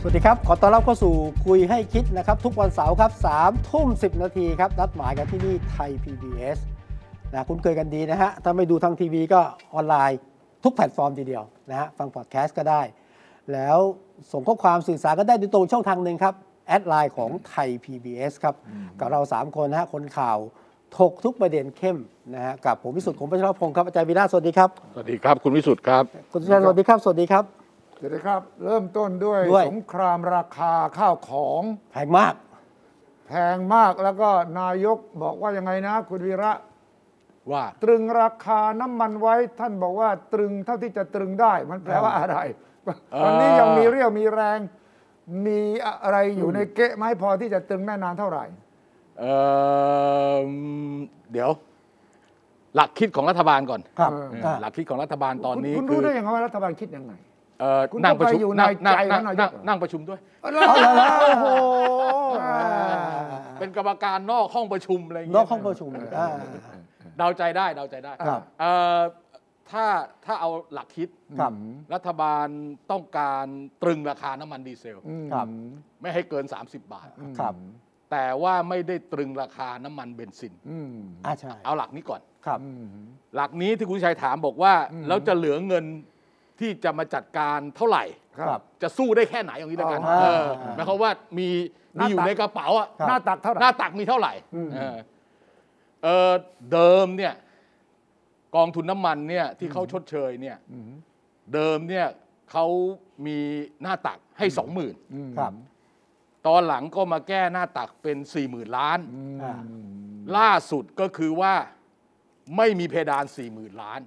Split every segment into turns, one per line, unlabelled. สวัสดีครับ ขอต้อนรับเข้าสู่คุยให้คิดนะครับ ทุกวันเสาร์ครับสามทุ่มสินาทีครับ นัดหมายกันที่นี่ไทย PBS นะคุณเคยกันดีนะฮะ ถ้าไม่ดูทางทีวีก็ออนไลน์ทุกแพลตฟอร์มทีเดียวนะฮะ ฟังพอดแคสต์ก็ได้ แล้วส่งข้อความสื่อสารก็ได้โดยตรงช่องทางหนึ่งครับ แอดไลน์ของไทย PBS ครับ กับเรา 3 คนนะฮะ คนข่าวถกทุกประเด็นเข้มนะฮะ กับผมวิสุทธิ์ผมพัชรพงศ์ครับอาจารย์วีระสวัสดีครับ
สวัสดีครับ คุณวิสุทธ์ครับ
คุณสุชาติสวัสดีครับสวัสดีครับ
สวัสดีครับ เริ่มต้นด้วย
ด้วย
สงครามราคาข้าวของ
แพงมาก
แพงมากแล้วก็นายกบอกว่ายังไงนะ คุณวีระ
ว่า
ตรึงราคาน้ำมันไว้ ท่านบอกว่าตรึงเท่าที่จะตรึงได้ มันแปลว่าอะไรตอนนี้ยังมีเรี่ยวมีแรง มีอะไรอยู่ในเกะไหมพอที่จะตรึงได้นานเท่าไหร่
เอ่อเดี๋ยว หลักคิดของรัฐบาลก่อน
ครับ
เออ
เออหลักคิดของรัฐบาลตอน
คุณ
นี้
คุณ
คื
รู้
อ
ได้ยังไงว่ารัฐบาลคิดยังไง
เอ่อ
คุณ
นั่งประชุม
ต้องไปอยู่ใน
นั่งนั่ง
ใจ
นั่ง
ของนายก
นั่ง
เหรอ
นั่งประชุมด้วย
เอาละโอ้โห
เป็นกรรมการนอกห้องประชุมอะไรอย่าง
น
เงี้
อก
ย
ห้องประชุมอ่า
เดาใจได้เดาใจได้
ครับ
เอ่อถ้าถ้าเอาหลักคิด
ครับ
รัฐบาลต้องการตรึงราคาน้ำมันดีเซล
อืม
ครับ
ไม่ให้เกิน 30 บาท
ครับ
แต่ว่าไม่ได้ตรึงราคาน้ำมันเบนซิน
อืม
อ่าใช่
เอาหลักนี้ก่อน
ครับ
อืม
หลักนี้ที่คุณชัยถามบอกว่า
อืม
แล้วจะเหลือเงินที่จะมาจัดการเท่าไหร่
ครับ
จะสู้ได้แค่ไหนอย่างนี้แล้วกัน
อ่า
เอ
อ
อ
่า
หมายความว่ามี
ห
มี
น้าตัก
อยู่ในกระเป๋าอะ
ครับ
หน้าตักเท่าไหร่
หน้าตักมีเท่าไหร่
อืม
เออเออเดิมเนี่ยกองทุนน้ำมันเนี่ยที่เขาชดเชยเนี่ย
อืม
เดิมเนี่ยเขามีหน้าตักให้สองหมื่น
อืม
ครับ
ตอนหลังก็มาแก้หน้าตักเป็นสี่หมื่นล้าน
อืม
อ่า
ล่าสุดก็คือว่าไม่มีเพดานสี่หมื่นล้าน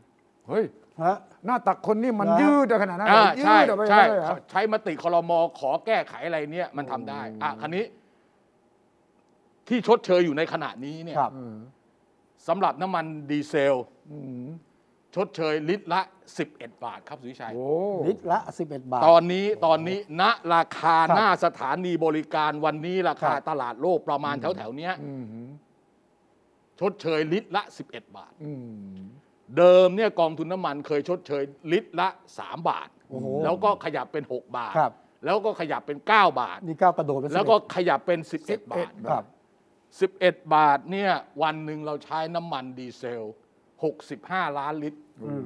เฮ้ย
ฮะ
หน้าตักคนนี่มัน
นะ
ยืดได้ขนาดนั้นเหร
อ่า
อ
ใช่
ยืดออกไป
ใช่
เลยเหรอ
ใช้มติคอรมอขอแก้ไขอะไรเนี่ยมันทำได้อ่ะคันนี้ ที่ชดเชยอยู่ในขณะนี้เนี่ย
ครับ
สำหรับน้ำมันดีเซล
อืม
ชดเชยลิตรละ 11 บาทครับสุวิชัย
โอ้
ลิตรละ 11 บาท
ตอนนี้ตอนนี้ณราคา
ครับ
หน้าสถานีบริการวันนี้ราคา
ครับ
ตลาดโลกประมาณแถวแถวๆเนี้ย
อืม
ชดเชยลิตรละ 11 บาท
อืม
เดิมเนี่ยกองทุนน้ำมันเคยชดเชยลิตรละ 3 บาท
โอ้โห
แล้วก็ขยับเป็น 6 บาท
ครับ
แล้วก็ขยับเป็น 9 บาท
นี่ก้าวกระโดดไป
แล้วก็ขยับเป็น 11 บาท
11ครับ
11 บาทเนี่ยวันหนึ่งเราใช้น้ำมันดีเซล 65 ล้านลิตร
อืม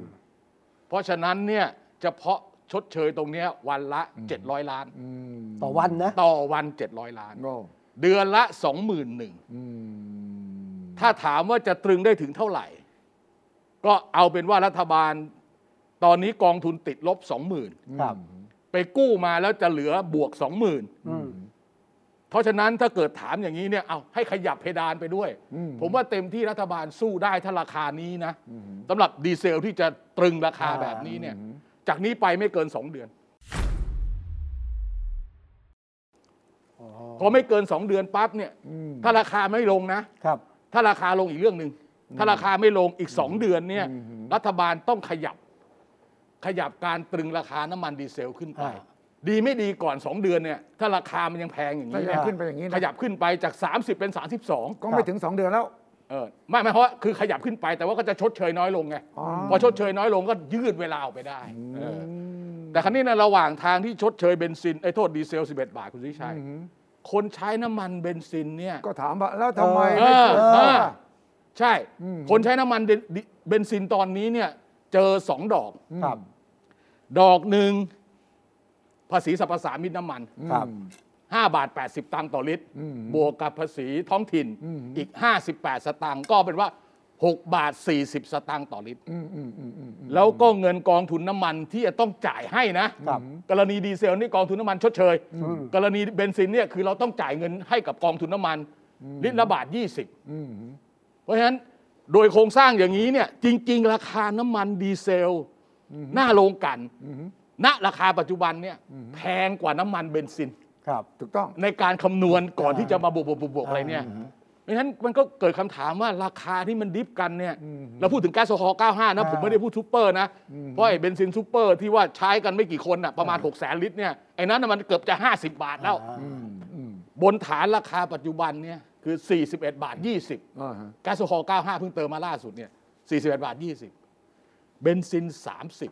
เพราะฉะนั้นเนี่ยเฉพาะชดเชยตรงเนี้ยวันละ 700 ล้าน
อืม
ต่อวันนะ
ต่อวัน 700 ล้าน
โอ้
เดือนละ 21,000
อืม
ถ้าถามว่าจะตรึงได้ถึงเท่าไหร่ ก็เอาเป็นว่ารัฐบาล ตอนนี้กองทุนติดลบ 20,000
ครับ
ไปกู้มาแล้วจะเหลือบวก 20,000
อืม
เพราะฉะนั้นถ้าเกิดถามอย่างนี้เนี่ยเอาให้ขยับเพดานไปด้วย
อื
ผมว่าเต็มที่รัฐบาลสู้ได้ถ้าราคานี้นะ
อืม
สำหรับดีเซลที่จะตรึงราคา
อ่า
แบบนี้เนี่ย จากนี้ไปไม่เกิน 2 เดือน
อ๋อ
พอไม่เกิน 2 เดือนปั๊บเนี่ย
อืม
ถ้าราคาไม่ลงนะ
ครับ
ถ้าราคาลงอีกเรื่องหนึ่งถ้าราคาไม่ลงอีก 2 เดือนเนี่ยรัฐบาลต้องขยับ ขยับการตรึงราคาน้ำมันดีเซลขึ้นไป
อ่า
ดีไม่ดีก่อน 2 เดือนเนี่ย ถ้าราคามันยังแพงอย่าง
ถ้า
นี้
ยั
เนี่
ง
ย
ขึ้นไปอย่างนี้
ข
นะ
ยับขึ้นไปจาก 30 เป็น 32
ก็ไม่ถึงสองเดือนแล้ว
เออไม่ไม่เพราะว่าคือขยับขึ้นไปแต่ว่าก็จะชดเชยน้อยลงไง
อ๋อ
พอชดเชยน้อยลงก็ยืดเวลาออกไปได้เออแต่ครั้นี้ในะระหว่างทางที่ชดเชยเบนซินไอ้ยโทษดีเซล 11 บาทคุณสุวิชัยคนใช้น้ำมันเบนซินเนี่ย
ก็ถามว่าแล้วทำไม
เอ
ไม่
อ
ขึ้น
เอ
มา
อใช่ คนใช้น้ำมันเดนดิเบนซินตอนนี้เนี่ยเจอสองดอก
ครับ
ดอกหนึ่งภาษีสรรพสามิตน้ำมัน
ครับ
5 บาท 80 ตังค์ต่อลิตร บวกกับภาษีท้องถิ่นอีก 58 สตางค์ก็เป็นว่า 6 บาท 40 สตางค์ต่อลิตร
อืมอืมอืมอืมอืม
แล้วก็เงินกองทุนน้ำมันที่จะต้องจ่ายให้นะ
ครับ
กรณีดีเซลนี่กองทุนน้ำมันชดเชย กรณีเบนซินเนี่ยคือเราต้องจ่ายเงินให้กับกองทุนน้ำมัน ลิตรละบาท 20
อืม
เพราะฉะนั้นโดยโครงสร้างอย่างนี้เนี่ยจริง ๆ ราคาน้ำมันดีเซล หน้าโรงกลันณราคาปัจจุบันเนี่ยแพงกว่าน้ำมันเบนซิน
ครับ
ถูกต้อง
ในการคำนวณก่อนที่จะมาบวกบวกบวกบวกอะไรเนี่ยไม่งั้นมันก็เกิดคำถามว่าราคาที่มันดิฟกันเนี่ยเราพูดถึงแก๊สโซฮอล์95 นะ ผมไม่ได้พูดซูเปอร์นะ เพราะไอ้เบนซินซูเปอร์ที่ว่าใช้กันไม่กี่คนอ่ะประมาณ 6 0แสนลิตรเนี่ยไอ้นั้นน่ะมันเกือบจะ 50 บาทแล้ว บนฐานราคาปัจจุบันเนี่ยคือ 41 บาท 20
อ่าฮะ
แก๊สโซฮอล์95 เพิ่งเติมมาล่าสุดเนี่ย41 บาท 20 เบนซิน 30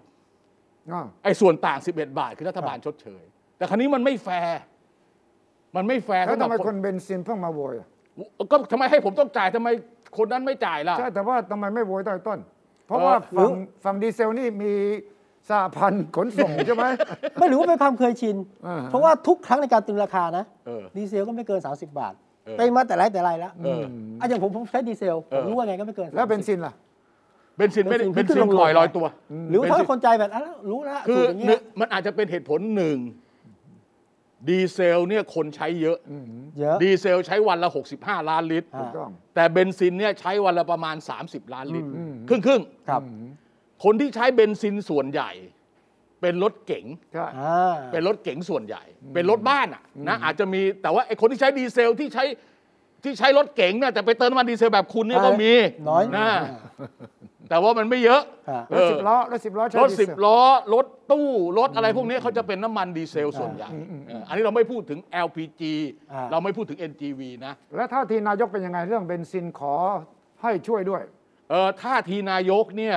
อ่า
ไอ้ส่วนต่าง 11 บาท คือรัฐบาลชดเชย แต่ครั้นี้มันไม่แฟร์ มันไม่แฟร์
แล้ว
สำห
ทำ
รับ
ไมคนเบนซินเพิ่งมาโวยอ่ะ
ก็ทำไมให้ผมต้องจ่ายทำไมคนนั้นไม่จ่ายล่ะ
ใช่แต่ว่าทำไมไม่โวยตั้งแต่ต้น เพราะ
เออ
ว่าฝั่ง
รู้
ฝั่งดีเซลนี่มีสหพันธ์ขนส่งใช่ไหม
ไม่หรือว่าเป็นความเคยชิน
อ่าฮะ
เพราะว่าทุกครั้งในการตึงราคานะ
เออ
ดีเซลก็ไม่เกิน 30 บาท
เออ
เป็นมาแต่ไรแต่ไรแล้ว
เออ
อ่ะอย่างผมผมใช้ดีเซลผ
เออ
มรู้ว่าไงก็ไม่เกิน
แล้ว
30
เบนซินล่ะ
เบนซินไม่ได้เบน
ขึ้
ซิน
ง
ปล่อยลอยตัว
หรือว่าถ้า
เบนซิน
คนใจแบบอ่ะแล้วรู้แล้ว
คื
สู
อ
ตรอย่าง
หนึ่
เงี้
ง
ย
มันอาจจะเป็นเหตุผลหนึ่งดีเซลเนี่ยคนใช้เยอะ
เยอะ
ดีเซลใช้วันละ 65 ล้านลิตร
อ่า
ถูกต้อง
แต่เบนซินเนี่ยใช้วันละประมาณ 30 ล้านลิตร ครึ่งครึ่ง
ครับ
ๆคนที่ใช้เบนซินส่วนใหญ่ เป็นรถเก๋ง
ใช่
อ่า
เป็นรถเก๋งส่วนใหญ่ เป็นรถบ้านอ่ะนะอาจจะมีแต่ว่าไอ้คนที่ใช้ดีเซลที่ใช้ที่ใช้รถเก๋งเนี่ยแต่ไปเติมน้ำมันดีเซลแบบคุณเนี่ยก็มี
น้อย
นะแต่ว่ามันไม่เยอะ
ฮะ
ร
เอ
ถ
อ
สิบล้อรถสิบล้อใช้
รถ
ดีเซล
สิบล้อ รถตู้รถอะไรพวกนี้เขาจะเป็นน้ำมันดีเซลส่วนใหญ่เอออันนี้เราไม่พูดถึง LPG
อ่า
เราไม่พูดถึง NGV นะ
แล้วท่าทีนายกเป็นยังไงเรื่องเบนซินขอให้ช่วยด้วย
เออท่าทีนายกเนี่ย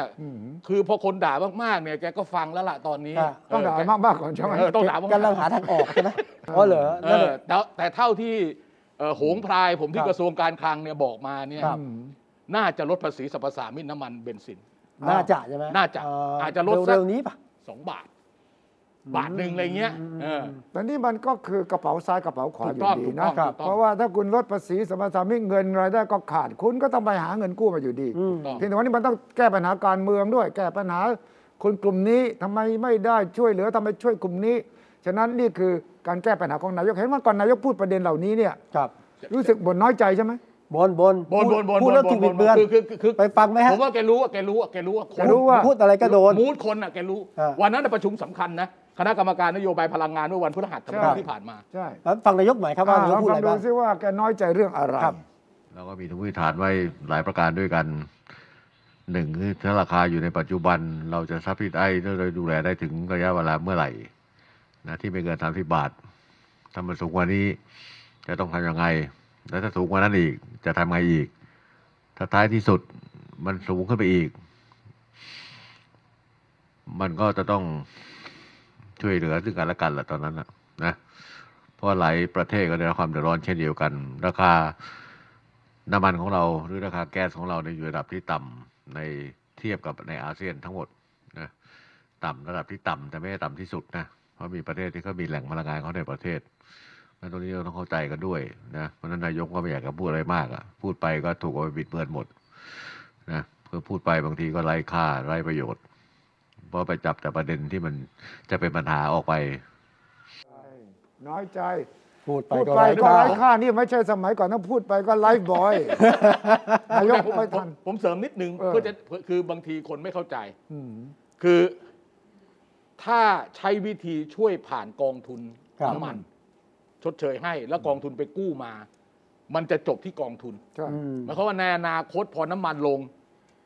คือพอคนด่ามากๆเนี่ยแกก็ฟังแล้วล่ะตอนนี้
อ่า
ต้องด่า
เแก
มากมากๆก่อนใช่ไหม
เออต้องด่ามากๆ
กำลังหาทางออกใช่ไหมอ๋อเหรอ
เอ
นั่น
อ
แหละ
แต่แต่เท่าที่เอ่อโหงพลายผม
ค
ที่
รับ
กระทรวงการคลังเนี่ยบอกมาเนี่ย
ครับ
น่าจะลดภาษีสรรพสามิตน้ำมันเบนซิน
น่าจะใช่ไหม
น่าจะ
เ
อาจจะลดสัก
เร็วๆนี้ป่ะ
สองบาท บาทหนึ่งอะไรเงี้ยเออ
แต่นี่มันก็คือกระเป๋าซ้ายกระเป๋าขวา
ถูก
อ
ต้อง
ยู่ดี
ถูกต้
นะ
องถูกต้อง
เพราะว่าถ้าคุณลดภาษีสมรสามิตเงินรายได้ก็ขาดคุณก็ต้องไปหาเงินกู้มาอยู่ดี
อืม
ต้อง
เพียงแต่ว่านี่มันต้องแก้ปัญหาการเมืองด้วย แก้ปัญหาคนกลุ่มนี้ทำไมไม่ได้ช่วยเหลือทำไมช่วยกลุ่มนี้ ฉะนั้นนี่คือการแก้ปัญหาของนายกเห็นว่าก่อนนายกพูดประเด็นเหล่านี้เนี่ย
ครับ
รู้สึกบ่นน้อยใจใช่ไหม
บนบน
บนบนบน
พูด
บน
แล้ว
บ
ถู
น
ก
บ
บิ
น
ดเบือน
คือคือคือ
ไปฟังไหมฮะ
ผมว่าแกรู้ว่าแกรู้ว่าแกรู้ว่าคน
แกรู้ว่า
พูดอะไรก็โดน
มูดคนอ่ะแกรู้
อ่า
วันนั้นนะประชุมสำคัญนะคณะกรรมการนโยบายพลังงานเมื่อวันพฤหัสบ
ครั
ดี
บ
ที่ผ่านมา
ใช่
แล้วฟังนายกหน่อยครับ
อ่าน
ว่าายก
เรา
พูดอะไร
ฟังดู
บ้าง
ซิว่าแกน้อยใจเรื่องอะไร
ครับ
เราก็มีทุกวิถีฐานไว้หลายประการด้วยกันหนึ่งคือถ้าราคาอยู่ในปัจจุบัน เราจะซับซิไอ้เราจะดูแลได้ถึงระยะเวลาเมื่อไหร่นะที่ไม่เกินสามสิบบาท ถ้ามันสูงกว่านี้จะต้องทำยังไง แล้วถ้าสูงกว่านั้นอีกจะทำไงอีก ถ้าท้ายที่สุดมันสูงขึ้นไปอีก มันก็จะต้องช่วยเหลือซึ่งกันและกันแหละตอนนั้นนะนะเพราะหลายประเทศก็ได้รับความเดือดร้อนเช่นเดียวกัน ราคา น้ำมันของเราหรือราคาแก๊สของเราในยอยู่ระดับที่ต่ำในเทียบกับในอาเซียนทั้งหมดนะต่ำระดับที่ต่ำแต่ไม่ได้ต่ำที่สุดนะเพราะมีประเทศที่เขามีแหล่งพลังงานเขาในประเทศงั้นตรงนี้เราต้องเข้าใจกันด้วยนะเพราะฉะนั้นนายกก็ไม่อยากจะพูดอะไรมากอะพูดไปก็ถูกเอาไปบิดเบือนหมดนะเพื่อพูดไปบางทีก็ไร้ค่าไร้ประโยชน์ เพราะไปจับแต่ประเด็นที่มันจะเป็นปัญหาออกไป
น้อยใจ
พูดไป
พูด
ก็
ไป
ไร้
ก็
ค่า
ไร้ค่านี่ไม่ใช่สมัยก่อนต้องพูดไปก็ไลฟ์บ อยนายก
ผม
ไม่
ผ
ทั
ม
น
ผมเสริมนิดนึง
เออ
เพื่อจะเพื่อคือบางทีคนไม่เข้าใจคือถ้าใช้วิธีช่วยผ่านกองทุนน้ำมัน ชดเชยให้ แล้วกองทุนไปกู้มา มันจะจบที่กองทุน
ใช่
อืม
หมายความว่าในอนาคตพอน้ำมันลง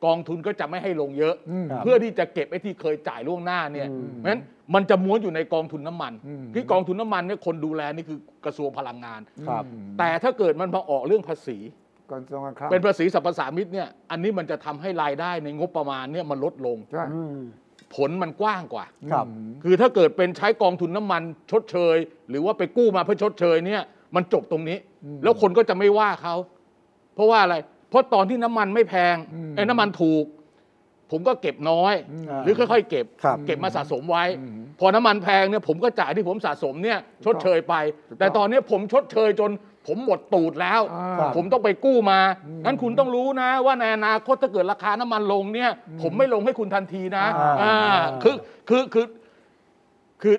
กองทุนก็จะไม่ให้ลงเยอะ
อืม
ครับ
เพื่อที่จะเก็บไอ้ที่เคยจ่ายล่วงหน้าเนี่ย
อืม
เพราะฉะนั้นมันจะม้วนอยู่ในกองทุนน้ำมันที่กองทุนน้ำมันเนี่ยคนดูแลนี่คือกระทรวงพลังงาน
ครับ
แต่ถ้าเกิดมันมาออกเรื่องภาษี
ก่อนสงคราม
เป็นภาษีสรรพสามิตเนี่ย อันนี้มันจะทำให้รายได้ในงบประมาณเนี่ยมันลดลง
ใช่
อืม
ผลมันกว้างกว่า
ครับ
คือถ้าเกิดเป็นใช้กองทุนน้ำมันชดเชย หรือว่าไปกู้มาเพื่อชดเชยเนี่ย มันจบตรงนี้ แล้วคนก็จะไม่ว่าเขา เพราะว่าอะไร เพราะตอนที่น้ำมันไม่แพงไอ้น้ำมันถูก ผมก็เก็บน้อย หรือค่อยๆเก็บ
ครับ
เก็บมาสะสมไว้ พอน้ำมันแพงเนี่ยผมก็จ่ายที่ผมสะสมเนี่ย ชดเชยไป แต่ตอนเนี้ยผมชดเชยจน ผมหมดตูดแล้ว
อ่า
ครับ
ผมต้องไปกู้มา งั้นคุณต้องรู้นะ ว่าในอนาคตถ้าเกิดราคาน้ำมันลงเนี่ย ผมไม่ลงให้คุณทันทีนะ
อ่า
อ่าคือคือคือคือ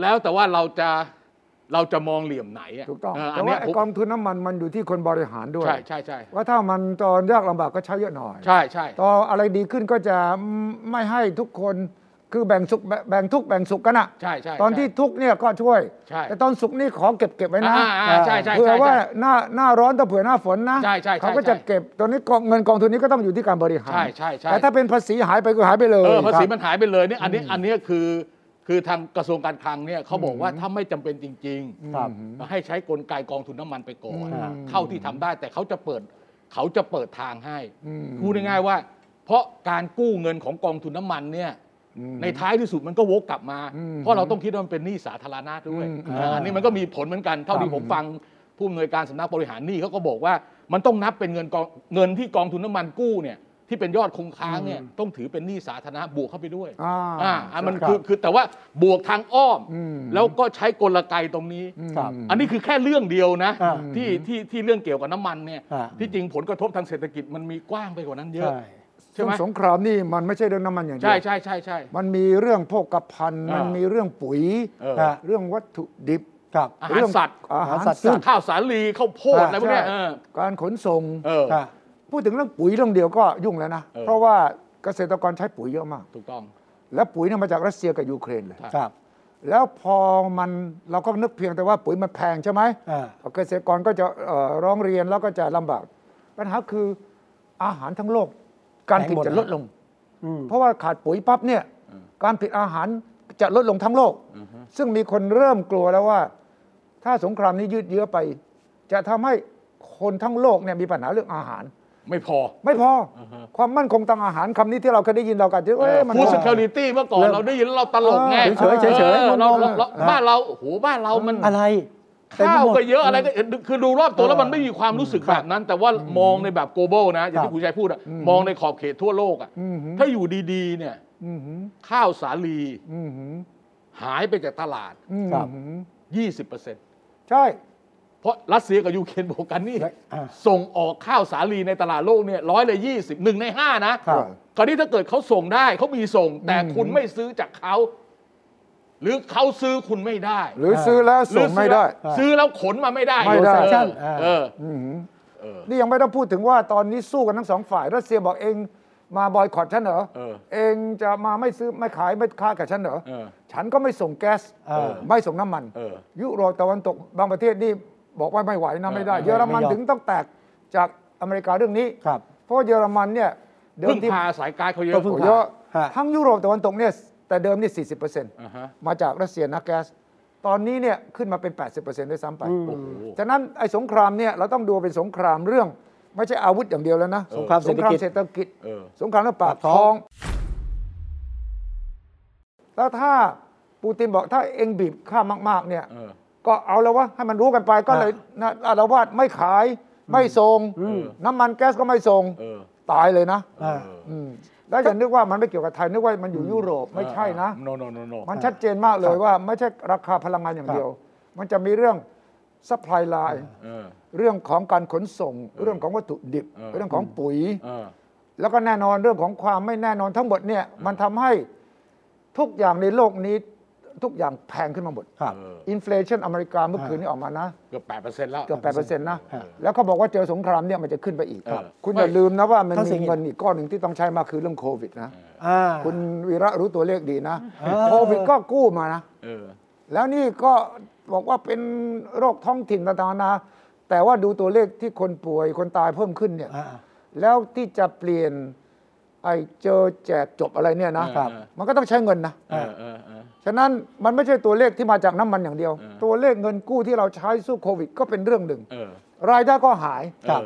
แล้วแต่ว่าเราจะเราจะมองเหลี่ยมไหนอะ
ถูกต้อง
เอั
แต่
นเนี้
ว่าย ไอ้
ผม
กองทุนน้ำมันมันอยู่ที่คนบริหารด้วย
ใช่ใช่ใช่
ว่าถ้ามันตอนยากลำบากก็ใช้เยอะหน่อย
ใช่ใช่
ตอนอะไรดีขึ้นก็จะไม่ให้ทุกคน คือแบ่งสุขแบ่งแบ่งทุกข์แบ่งสุขกันอะ
ใช่ใช่
ตอนที่
ใช่
ทุกข์เนี่ยก็ช่วย
ใช่
แต่ตอนสุขนี่ขอเก็บเก็บไว้นะ
อ่าอ่าใช่ใช่ใช่
เผื่อว่าหน้าหน้าร้อนถ้าเผื่อหน้าฝนนะ
ใช่ใช่ใช่
เขาก็จะเก็บตอนนี้กองเงินกองทุนนี้ก็ต้องอยู่ที่การบริหาร
ใช่ใช่ใช่
แต่ถ้าเป็นภาษีหายไปก็หายไปเลย
เออภาษี
ครับ
มันหายไปเลยเนี่ยอันนี้อันนี้คือ คือทางกระทรวงการคลังเนี่ยเขาบอกว่าถ้าไม่จำเป็นจริง
ครับ
ๆก็ให้ใช้กลไกกองทุนน้ำมันไปก่อน
อืม
เท่าที่ทำได้แต่เขาจะเปิดเขาจะเปิดทางให้
อืม
พูดง่ายๆว่า เพราะการกู้เงินของกองทุนน้ำมันเนี่ย
อืม
ในท้ายที่สุดมันก็วกกลับมา
อืม
เพราะเราต้องคิดว่ามันเป็นหนี้สาธารณะด้วย
อืม
อ่าอันนี้มันก็มีผลเหมือนกัน เท่าที่ผมฟังผู้อำนวยการสำนักบริหารหนี้เขาก็บอกว่ามันต้องนับเป็นเงินกองเงินที่กองทุนน้ำมันกู้เนี่ยที่เป็นยอดคงค้างเนี่ยต้องถือเป็นหนี้สาธารณะบวกเข้าไปด้วย
อ่า
อ่าอันมัน
ครับ
คือคือแต่ว่าบวกทางอ้อม
อืม
แล้วก็ใช้กลไกตรงนี้
ครับ
อันนี้คือแค่เรื่องเดียวนะ
อ่า
ที่ที่ที่เรื่องเกี่ยวกับน้ำมันเนี่ย
อ่า
ที่จริงผลกระทบทางเศรษฐกิจมันมีกว้างไปกว่านั้นเยอะ
ใช่
ใช่
ซึ่ง
ไหม
สงครามนี่มันไม่ใช่เรื่องน้ำมันอย่างเดีว
ใช่ใช่ใช่ใช่
มันมีเรื่องโภคภัณฑ์
อ่ามั
มันมีเรื่องปุ๋ย
เออ
ครับ
เรื่องวัตถุดิบ
ครับ
อาหา
เรื่
ร
อง
สัตว์
อาหารสัตว์
ซึ่งข้าวสาลีข้าวโพดอะไรพวกเนี้ยเอ
ใช่
อ
การขนส่ง
เออ
ครับ
พูดถึงเรื่องปุ๋ยเรื่องเดียวก็ยุ่งแล้วนะ
เออ
เพราะว่าเกษตรกรใช้ปุ๋ยเยอะมาก
ถูกต้อง
และปุ๋ยเนี่ยมาจากรัสเซียกับยูเครนเลย
ครับ
ครับ
แล้วพอมันเราก็นึกเพียงแต่ว่าปุ๋ยมันแพงใช่ไหม
อ่า
เกษตรกรก็จะเอ่อร้องเรียนแล้วก็จะลำบากปัญหาคืออาหารทั้งโลก การผลิตจะลดลง
อืม
เพราะว่าขาดปุ๋ยปั๊บเนี่ยการผลิตอาหารจะลดลงทั้งโลก ซึ่งมีคนเริ่มกลัวแล้วว่า ถ้าสงครามนี้ยืดเยื้อไป จะทำให้คนทั้งโลกเนี่ยมีปัญหาเรื่องอาหาร
ไม่พอ
ไม่พออ
อฮะ
ความมั่นคงทางอาหารคำนี้ที่เราเคยได้ยินเรากันที่เอ้ยมัน
ฟู้ดเซ c u r ิตี้เมื่อก่อน
เริ่ม
เราได้ยินแล้วเราตลกไง
เออเฉยๆเฉยๆ
ออ
มันม
เรา
อง
เราเราบ้านเราโอ้โหบ้านเรามัน
อะไรเต็ม
ข้า
ไปหมด
วก็เยอะอะไรก็คือดูรอบตัวแล้วมันไม่มีความรู้สึกแบบนั้น แต่ว่ามองในแบบ global นะ อย่างที่คุณชัยพูดอะมองในขอบเขตทั่วโลกอะ
อืมฮึ
ถ้าอยู่ดีๆเนี่ย
อืมหืม
ข้าวสาลี
อืมหืม
หายไปจากตลาด
อืม
ครับ
หืม
20%เ
ใช่
พราะรัสเซียกับยูเครนบอกกันนี่
และอ่า
ส่งออกข้าวสาลีในตลาดโลกเนี่ยร้อยละยี่สิบหนึ่งในห้านะครับ คราวนี้ถ้าเกิดเขาส่งได้เขามีส่ง แต่คุณไม่ซื้อจากเขา หรือเขาซื้อคุณไม่ได้
หรือซื้อแล้วส่งไม่ได้
หรือซื้อแล้วซื้อแล้วขนมาไม่ได้
ไม่
เออ
ได้
Transaction อ่า
เออ
อืมหืม
เออ
นี่ยังไม่ต้องพูดถึงว่าตอนนี้สู้กันทั้งสองฝ่ายรัสเซียบอกเองมาบอยคอตฉันเหรอ
เออ
เองจะมาไม่ซื้อไม่ขายไม่ค้ากับฉันเหรอ
เออ
ฉันก็ไม่ส่งแก๊ส
เออ
ไม่ส่งน้ำมัน
เออ
ยุโรปตะวันตกบางประเทศนี่บอกว่าไม่ไหวนะไม่ได้
เออ
เยอรมัน
ไม่ยอม
ถึงต้องแตกจากอเมริกาเรื่องนี้
ครับ
เพราะว่าเยอรมันเนี่ยเดิ
พึ่
ม
ง
ที่
พาสายการเขาเย
ก็
อะ
พึ่ง
เยอะ
ฮะ
ทั้งยุโรปตะวันตกเนี่ยแต่เดิมนี่ 40
อ่าฮะ
มาจากรัสเซียนะแก๊ส ตอนนี้เนี่ยขึ้นมาเป็น 80 ด้วยซ้ำไป
อืม
โอ้โห
ฉะนั้นไอ้สงครามเนี่ยเราต้องดูเป็นสงครามเรื่อง ไม่ใช่อาวุธอย่างเดียวแล้วนะ
สงครามเศรษฐกิจ
เศรษฐกิจ
เออ
สงครามเรื่องปาก
ปากท้
ท้อ
อง ง
แล้วถ้าปูตินบอกถ้าเองบีบข้ามากๆเนี่ย
เออ
ก็เอาแล้ววะให้มันรู้กันไปก็เลยนะอารวาสไม่ขายไม่ส่งน้ำมันแก๊สก็ไม่ส่ง
เออ
ตายเลยนะ
อ่า
อืมแล้วอย่านึกว่ามันไม่เกี่ยวกับไทยนึกว่ามันอยู่ยุโรปไม่ใช่นะ
โนโนโนโน
มันชัดเจนมากเลยว่าไม่ใช่ราคาพลังงานอย่างเดียว มันจะมีเรื่อง supply line
เออ
เรื่องของการขนส่ง เรื่องของวัตถุดิบ
เออ
เรื่องของปุ๋ย
เออ
แล้วก็แน่นอนเรื่องของความไม่แน่นอนทั้งหมดเนี่ยมันทำให้ทุกอย่างในโลกนี้ทุกอย่างแพงขึ้นมาหมด
ครับ
เออ
อินฟลชันอเมริกาเมื่อคืนนี้ออกมานะ
เกือบแปดเปอร์เซ็นต์แล้ว
เกือบแปดเปอร์เซ็นต์นะ
ฮะ
แล้วเขาบอกว่าเจอสงครามเนี่ยมันจะขึ้นไปอีก
ครับ
คุณอย่าลืมนะว่ามัน
ทั้ง
มี
สิ่ง
เงินอีกก้อนหนึ่งที่ต้องใช้มาคือเรื่องโควิดนะ
อ่า
คุณวีระรู้ตัวเลขดีนะ
เออ
โควิดก็กู้มานะ
เออ
แล้วนี่ก็บอกว่าเป็นโรคท้องถิ่นต่างๆนานาแต่ว่าดูตัวเลขที่คนป่วยคนตายเพิ่มขึ้นเนี่ย
อ่า
แล้วที่จะเปลี่ยนไอ้เจอแจกจบอะไรเนี่ยนะ
ครับ
มันก็ต้องใช้เงินนะ
เออเออเออ
ฉะนั้นมันไม่ใช่ตัวเลขที่มาจากน้ำมันอย่างเดียว
เออ
ตัวเลขเงินกู้ที่เราใช้สู้โควิด ก็เป็นเรื่องหนึ่ง
เออ
รายได้ก็หาย
ครับ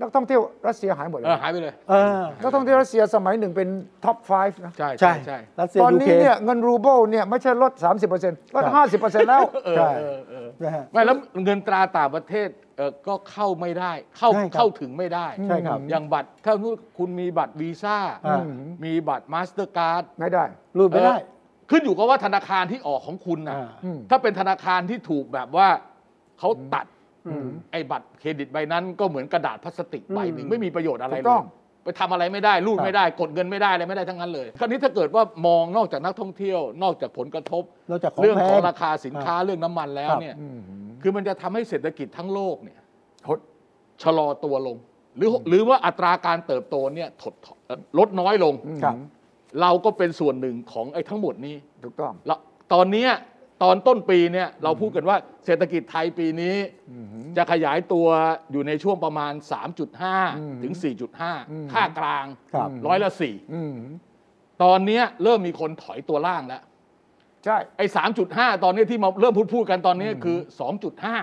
นักท่องเที่ยวรัสเซียหายหมดเล
เอย อหายไปเลย
เออ
นักท่องเที่ยวรัสเซียสมัยหนึ่งเป็นท็อป5นะ
ใช่
ใช่
ใช่ใช่
รัสเซีย
ตอน
ยู
นี้
เครน
เนี่ยเงินรูเบิลเนี่ยไม่ใช่ลด 30%ลด
ครับ
50%แล้ว
เออ
ใช่
เออเออ
นะฮะ
ไม่แล้วเงินตราต่างประเทศเอ่อก็เข้าไม่ได้ เข้า
ใช่ครับ
เข้าถึงไม่ได้
ใช่ครับ
อย่างบัตรถ้าคุณมีบัตรวีซ่า
อ่า
มีบัตรมาสเตอร์การ์ด
ไม่ได้
รูดไม่ได้
ขึ้นอยู่กับว่าธนาคารที่ออกของคุณนะ
อ่า
อืม
ถ้าเป็นธนาคารที่ถูกแบบว่าเขาตัดไอ้บัตรเครดิตใบนั้นก็เหมือนกระดาษพลาสติกใบหนึ่งไม่มีประโยชน์อะไร
ถู
เล
กต้อย ง
ไปทำอะไรไม่ได้รูด
ครับ
ไม่ได้ กดเงินไม่ได้อะไรไม่ได้ทั้งนั้นเลยคราวนี้ถ้าเกิดว่ามองนอกจากนักท่องเที่ยว นอกจากผลกระทบ
นอกจากของ
เรื่อง
แพ
ของ งราคาสินค้าเรื่องน้ำมันแล้ว
ครับ
เนี่ย คือมันจะทำให้เศรษฐกิจทั้งโลกเนี่ย
หด
ชะลอตัวลง หรือหรือว่าอัตราการเติบโตเนี่ยถดถอยเอ่อลดน้อยลง
ครับ
เราก็เป็นส่วนหนึ่งของไอ้ทั้งหมดนี้
ถูกต้อง
แล้วตอนเนี้ยตอนต้นปีเนี่ยเราพูดกันว่าเศรษฐกิจไทยปีนี้จะขยายตัวอยู่ในช่วงประมาณ 3.5 ถึง 4.5 ค่ากลาง
ครับ
ร้อยละสี่
อืม
ตอนเนี้ยเริ่มมีคนถอยตัวล่างแล้ว
ใช่
ไอ้สามจุดห้าตอนนี้ที่มาเริ่มพูดพูดกันตอนนี้คือสองจุดห้า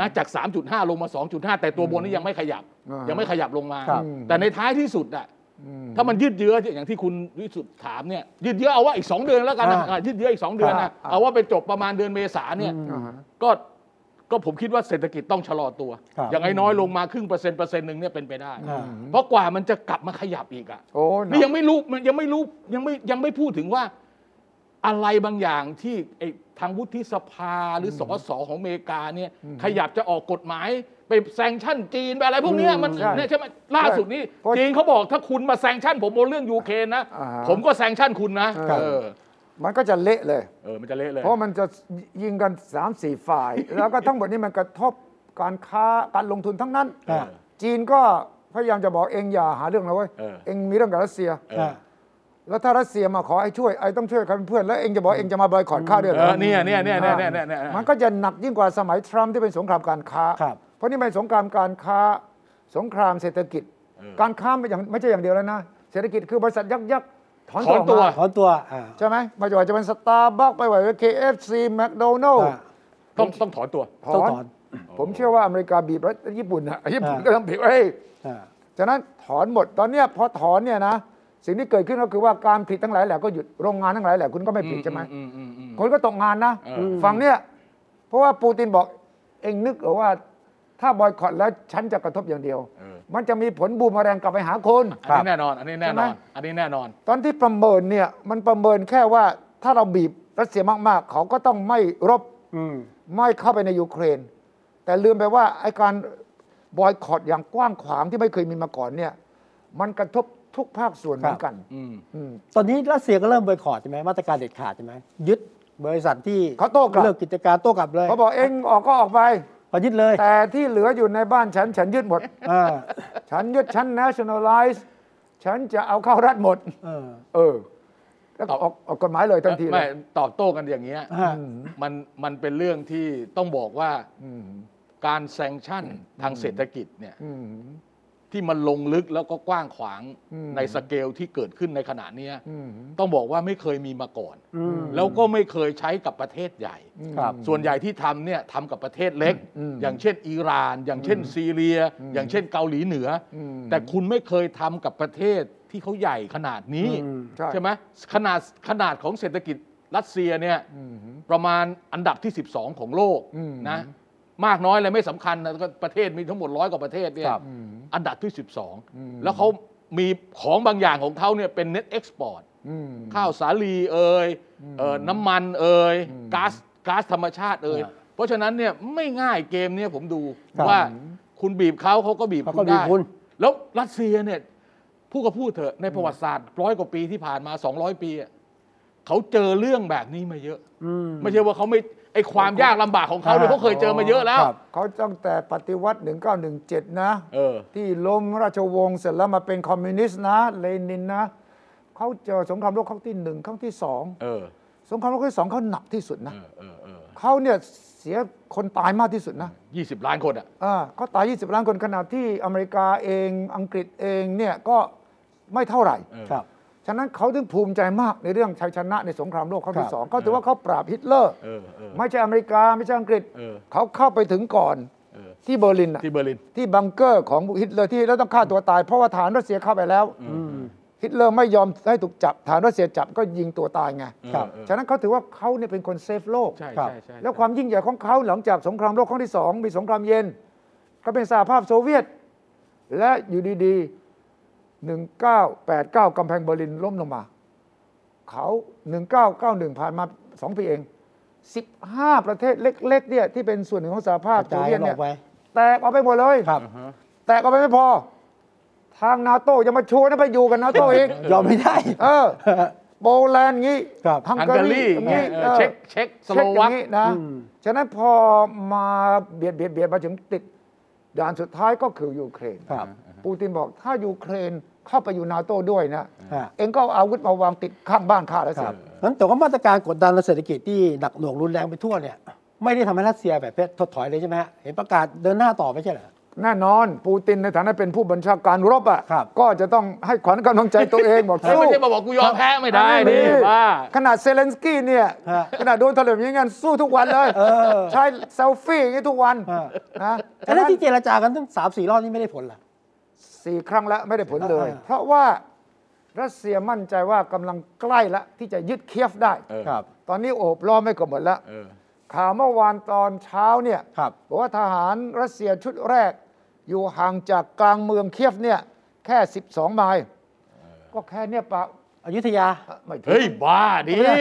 นะจากสามจุดห้าลงมาสองจุดห้าแต่ตัวบนนี่ยังไม่ขยับ
อ่ายั
ยังไม่ขยับลงมา
ครับ
แต่ในท้ายที่สุดอะถ้ามันยืดเยื้ออย่างที่คุณวิสุทธ์ถามเนี่ยยืดเยื้อเอาว่าอีกสองเดือนแล้วกันนะ
อ่า
อ่ะยืดเยื้ออีกสองเดือนนะ
อ่า
เอาว่าไปจบประมาณเดือนเมษาเนี่ย
อ่าฮะ
ก็ก็ผมคิดว่าเศรษฐกิจต้องชะลอตัว
ครับ
อย่างน้อยๆลงมาครึ่งเปอร์เซ็นต์เปอร์เซ็นต์หนึ่งเนี่ยเป็นไปได้
อ่า
เพราะกว่ามันจะกลับมาขยับอีกอะ
โอ้หนัก
นี่ยังไม่รู้มันยังไม่รู้ยังไม่ยังไม่พูดถึงว่าอะไรบางอย่างที่ไอ้ทางวุฒิสภาหรือสอสอของอเมริกาเนี่ยขยับจะออกกฎหมาย ไปแซงชั่นจีนไปอะไรพวกเนี้ยมัน
ใช่
เนี่ยใช่ไหมล่าสุดนี้
เพราะ
จีนเขาบอกถ้าคุณมาแซงชั่นผมบนเรื่องยูเครนนะ
อ่าฮะ
ผมก็แซงชั่นคุณนะ
ครับ
เออ
มันก็จะเละเลย
เออมันจะเละเลย
เพราะมันจะยิงกัน3ามสี่ ฝ่าย แล้วก็ทั้งหมดนี้มันกระทบการค้าการลงทุนทั้งนั้น
อ่า
จีนก็พยายามจะบอกเองอย่าหาเรื่องนะเว้ย
เออ
เองมีเรื่องกับรัสเซีย
เออ
แล้วถ้ารัสเซียมาขอให้ช่วยไอ้ต้องช่วยกันเป็นเพื่อนแล้วเองจะบอกเองจะมาบอยคอรข้าด้วยหร
เออเนี่ยเนี่ยเนี่ยเนี่ยเนี่ยเนี่ยเนี่ย
มันก็จะหนักยิ่งกว่าสมัยทรัมป์ที่เป็นสงครามการค้า
ครับ
เพราะนี่เป็นสงครามการค้า สงครามเศรษฐกิจ การค้าไม่อย่างไม่ใช่อย่างเดียวแล้วนะเศรษฐกิจคือบริษัทยักษ์ยักษ์ถอน
ถอน
ตั
ตัว ว
ออกมา
ถอนตัวอ่า
ใช่ไหมไมาจะว่าจะเป็นสตาร์บัคไปไหวเป็นเคเอฟซีแมคโดนัล
อ่า
ต้องต้องถอนตัว
ต้องถอน
ผมเชื่อว่าอเมริกาบีบแล้วญี่ปุ่นนะญี่ปุ่น
อ่า
ก็ต้องบีบเอ้ย
อ่า
ฉะนั้นถอนหมดตอนเนี้ยพอถอนเนี่ยนะสิ่งที่เกิดขึ้นก็คือว่าการผลิตทั้งหลายแหละก็หยุดโรงงานทั้งหลายแหละคุณก็ไม่ผลิตใช่ไหมคนก็ตกงานนะ
เออ
ฝั่งเนี้ยเพราะว่าปูตินบอกเองนึกเหรอว่า ถ้าบอยคอตแล้วฉันจะกระทบอย่างเดียว มันจะมีผลบูมแรงกลับไปหาคน
อันนี้แน่นอน อันนี้แน่นอน
ใช่ไหม
อันนี้แน่นอน
ตอนที่ประเมินเนี่ยมันประเมินแค่ว่าถ้าเราบีบรัสเซียมากๆ เขาก็ต้องไม่รบ
อืม
ไม่เข้าไปในยูเครน แต่ลืมไปว่าไอ้การบอยคอรดอย่างกว้างขวางที่ไม่เคยมีมาก่อนเนี่ย มันกระทบทุกภาคส่วนเหมือนกัน
อืม
อืม
ตอนนี้รัสเซียก็เริ่มบอยคอรดใช่ไหมมาตรการเด็ดขาดใช่ไหมยึดบริษัทที่
เขาโต้กลับ
เลิกกิจการโต้กลับเลย
เขาบอกเองออกก็ออกไป
เขายึดเลย
แต่ที่เหลืออยู่ในบ้านฉัน ฉันยึดหมด
อ่า
ฉันยึดฉัน nationalize ฉันจะเอาเข้ารัฐหมด
เออ
เออแล้วก็ออกออกกฎหมายเลยทันทีเล
ไม่
ย
ตอบโต้กันอย่างเงี้ย
ฮะ
มันมันเป็นเรื่องที่ต้องบอกว่าการแซงชั่นทางเศรษฐกิจเนี่ย
อืม
ที่มันลงลึกแล้วก็กว้างขวาง
อืม
ในสเกลที่เกิดขึ้นในขณะเนี้ย
อืม
ต้องบอกว่าไม่เคยมีมาก่อน
อืม
แล้วก็ไม่เคยใช้กับประเทศใหญ่
ครับ
ส่วนใหญ่ที่ทำเนี่ยทำกับประเทศเล็ก อย่างเช่นอิหร่าน อย่างเช่นซีเรีย อย่างเช่นเกาหลีเหนืออแต่คุณไม่เคยทำกับประเทศที่เขาใหญ่ขนาดนี้
อืม
ใช่
ใช่ไหมขนาดขนาดของเศรษฐกิจรัสเซียเนี่ยประมาณอันดับที่ 12 ของโลกนะมากน้อยอะไรไม่สำคัญนะก็ประเทศมีทั้งหมดร้อยกว่าประเทศเนี่ย
ครับ
อันดับที่ 12 แล้วเขามีของบางอย่างของเขาเนี่ยเป็นเน็ตเอ็กซ์พอร์ต
อืม
ข้าวสาลีเอ่ยเอ่อน้ำมันเอ่ยก๊าซก๊าซธรรมชาติเอ่ย
อ่า
เพราะฉะนั้นเนี่ยไม่ง่ายเกมเนี่ยผมดู
ครับ
ว่าคุณบีบเขาเขาก็บีบ
เขาก็
คุณ
บีบ
ได้
คุณ
แล้วรัสเซียเนี่ย พูดก็พูดเถอะในประวัติศาสตร์ร้อยกว่าปีที่ผ่านมา 200 ปีอะเขาเจอเรื่องแบบนี้มาเยอะ
อืม
ไม่ใช่ว่าเขาไม่ไอความยากลำบากของเขาเนี่ย
อ่า
เขาเคยเจอมาเยอะแล้ว
ครับ
เขาตั้งแต่ปฏิวัติ 1917 นะ
เออ
ที่ล้มราชวงศ์เสร็จแล้วมาเป็นคอมมิวนิสต์นะ เลนินนะ เขาเจอสงครามโลกครั้งที่หนึ่งครั้งที่สอง
เออ
สงครามโลกครั้งที่สองเขาหนักที่สุดนะ
เออเออเออ
เขาเนี่ยเสียคนตายมากที่สุดนะ
ยี่สิบล้านคนอ่ะ
อ่าเขาตาย 20 ล้านคนขณะที่อเมริกาเองอังกฤษเองเนี่ยก็ไม่เท่าไหร่
เออ
ครับ
ฉะนั้นเขาถึงภูมิใจมากในเรื่องชัยชนะในสงครามโลกครั้ง
ครั
ที่
บ
สองเขาถือว่าเขาปราบฮิตเลอร์
เออเออ
ไม่ใช่อเมริกาไม่ใช่อังกฤษ
เออ
เขาเข้าไปถึงก่อน
เออ
ที่เบอร์ลินอะ
ที่เบอร์ลิน
ที่บังเกอร์ของฮิตเลอร์ที่แล้วต้องฆ่าตัวตายเพราะว่าฐานรัสเซียเข้าไปแล้วฮิตเลอร์ไม่ยอมให้ถูกจับฐานรัสเซียจับก็ยิงตัวตายไง
ครับ
เออ
ฉะนั้นเขาถือว่าเขาเนี่ยเป็นคนเซฟโลก
ใช่
ครับ
ใช่ใช่
แล้วความยิ่งใหญ่ของเขาหลังจากสงครามโลกครั้งที่สองมีสงครามเย็น ก็เป็นสหภาพโซเวียต และอยู่ดีๆ 1989กำแพงเบอร์ลินล้มลงมา เขา 1991 ผ่านมา 2 ปีเอง 15 ประเทศเล็กๆเนี่ยที่เป็นส่วนหนึ่งของสหภาพ
กระ
โซ
จาย
เวียต
อ
เนี่
อย กไป
แตกออกไปหมดเลย
ครับ
แตกออกไปไม่พอ ทางนาโต้ยังมาชวนให้ไปอยู่กันนาโต้อีก
ยอมไม่ได้
เออ โปแลนด์งี้
ครับ
ฮัง
ฮังการ
กาี
รี
อย่าง
ไง
งี้
เอ
อ
อ
อ
เช็คเช็คส
เช็
โล
คอ
วั
ย่าก งงี้นะ
อืม
ฉะนั้นพอมาเบียดเบียดเบียดมาถึงติดด่านสุดท้ายก็คือยูเครน
ครับ
ปูตินบอกถ้ายูเครน เข้าไปอยู่นาโต้ด้วยนะ
ฮะ
เองก็เอาอาวุธมาวางติดข้างบ้านข้าแล้ว
ค
สิ
รับนั้นแต่ว่ามาตรการกดดันและเศรษฐกิจที่หนักหน่วงรุนแรงไปทั่วเนี่ยไม่ได้ทำให้รัสเซียแบบเพชรถดถอยเลยใช่ไหมฮะเห็นประกาศเดินหน้าต่อไม่ใช่เหรอ
แน่นอน ปูตินในฐานะเป็นผู้บัญชาการรบอ่ะ
ครับ
ก็จะต้องให้ขวัญกำลังใจตัวเองบอกสู้
ไม่ใช่มาบอกกูยอมแพ้ไม่ได้
ไม่
นี่
มี
ว่า
ขนาดเซเลนสกี้เนี่ย
ฮะ
ขนาดโดนถล่มอยังงั้นสู้ทุกวันเลย
เออ
ใช้เซลฟี่อย่างนี้ทุกวัน
ฮะ
นะ
แล้วที่เจรจากันตั้งสามสี่รอบนี่ไม่ได้ผลเหรอ
สี่ครั้งแล้วไม่ได้ผลเลย
อ่า
เพราะว่ารัสเซียมั่นใจว่ากำลังใกล้ละที่จะยึดเคียฟได้
เออ
ครับ
ตอนนี้โอบล้อมไม่กบหมดแล้ว
เออ
ข่าวเมื่อวานตอนเช้าเนี่ย
ครับ
บอกว่าทหารรัสเซียชุดแรก อยู่ห่างจากกลางเมืองเคียฟเนี่ยแค่ 12 ไมล์ก็แค่เนี่ยปะ
อยุธยา
ไม่ถึง
เฮ้ย บ้าดิ
ไม่ได้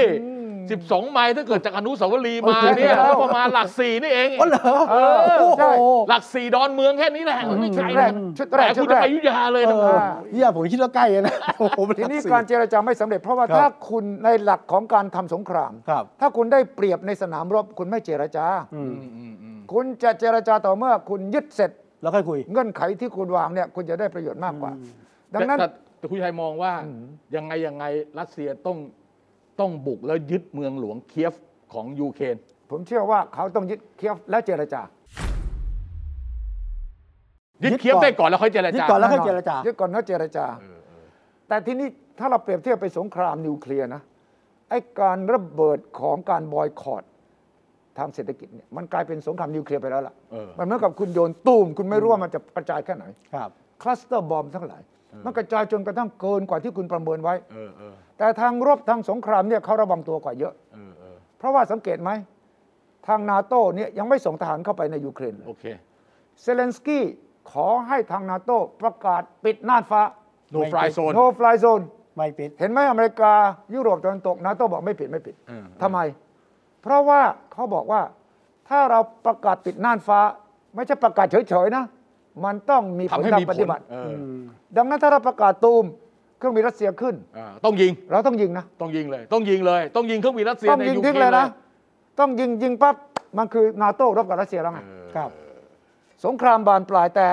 12 ไมล์ถ้าเกิดจากอนุสาวรีย์มา
โอ้โห
เนี่ยก็ประมาณหลักสี่นี่เอง
อ๋อเหรอ
เออ
โอ้
ใช่
โห
หลักสี่ดอนเมืองแค่นี้แหละไม่
ชุ
ไกล
ดแรกชุดแรก
แต่
ชุ
คุ
ด
ณ
แร
จะ
ก
ไปอยุธยาเลย
เออ
นะ
อ่า
เหี้ยผมคิดว่าใกล้ นะโอ้โหเป็
ทีนี้
หลัสี่
การเจรจาไม่สำเร็จเพราะว่า
ครับ
ถ้าคุณในหลักของการทำสงคราม
ครับ
ถ้าคุณได้เปรียบในสนามรบคุณไม่เจรจา
อืม
คุณจะเจรจาต่อเมื่อคุณยึดเสร็จ
แล้วค่อยคุย
เงื่อนไขที่คุณวางเนี่ยคุณจะได้ประโยชน์มากกว่า ดังนั้น
แต่แต่แต่คุณชัยมองว่ายังไงยังไงรัสเซียต้องต้องบุกแล้วยึดเมืองหลวงเคียฟของยูเครน
ผมเชื่อว่าเขาต้องยึดเคียฟและเจรจา
ยึด
ยึด
เคีย
ก่อน
ฟได้ก่อนแล้วค่อยเจร
ยึด
จา
ก่อน แล้วค่ยเจรจา
แน่นนยึดก่อนแล้วเจรจา แต่ทีนี้ถ้าเราเปรียบเทียบไปสงครามนิวเคลียร์นะไอ้การระเบิดของการบอยคอรดทางเศรษฐกิจเนี่ยมันกลายเป็นสงครามนิวเคลียร์ไปแล้วล่ะ
เออ
มันเหมือนกับคุณโยนตูมคุณไม่รู้ว่ามันจะกระจายแค่ไหน
ครับ
คลัสเตอร์บอมทั้งหลาย มันกระจายจนกระทั่งเกินกว่าที่คุณประเมินไว้
เออเออ
แต่ทางรบทางสงครามเนี่ยเขาระวังตัวกว่าเยอะ
เออเออ
เพราะว่าสังเกตไหม ทางนาโต้เนี่ยยังไม่ส่งทหารเข้าไปในยูเครนเล
โอย เค
เซเลนสกี้ขอให้ทางนาโต้ประกาศปิดน่านฟ้า
no
ไม่
fly
ติด
zone
โนฟลายโซน
ไม่ปิด
เห็นไหมอเมริกา ยุโรปตะวันตกนาโต้บอกไม่ปิดไม่ปิด
เออ
ทำไม เพราะว่าเขาบอกว่าถ้าเราประกาศปิดน่านฟ้า ไม่ใช่ประกาศเฉยๆนะ มันต้องมีผล
ทำให้
ทา
มี
ง
ผ
ป
ล
ฏิบัติ
เอออ
ดังนั้นถ้าเราประกาศตูมเครื่องบินรัสเซียขึ้น
เออต้องยิง
เราต้องยิงนะ
ต้องยิงเลย ต้องยิงเลย ต้องยิงเครื่องบินรัสเซีย
ต้อง
ใน
ยิง
ยูเคร
ทิ้
น
ง
เล
เลย ยนะ ต้องยิงยิงปั๊บมันคือนาโต้รบกับรัสเซียแล้วไง
ครับ
สงครามบานปลายแต่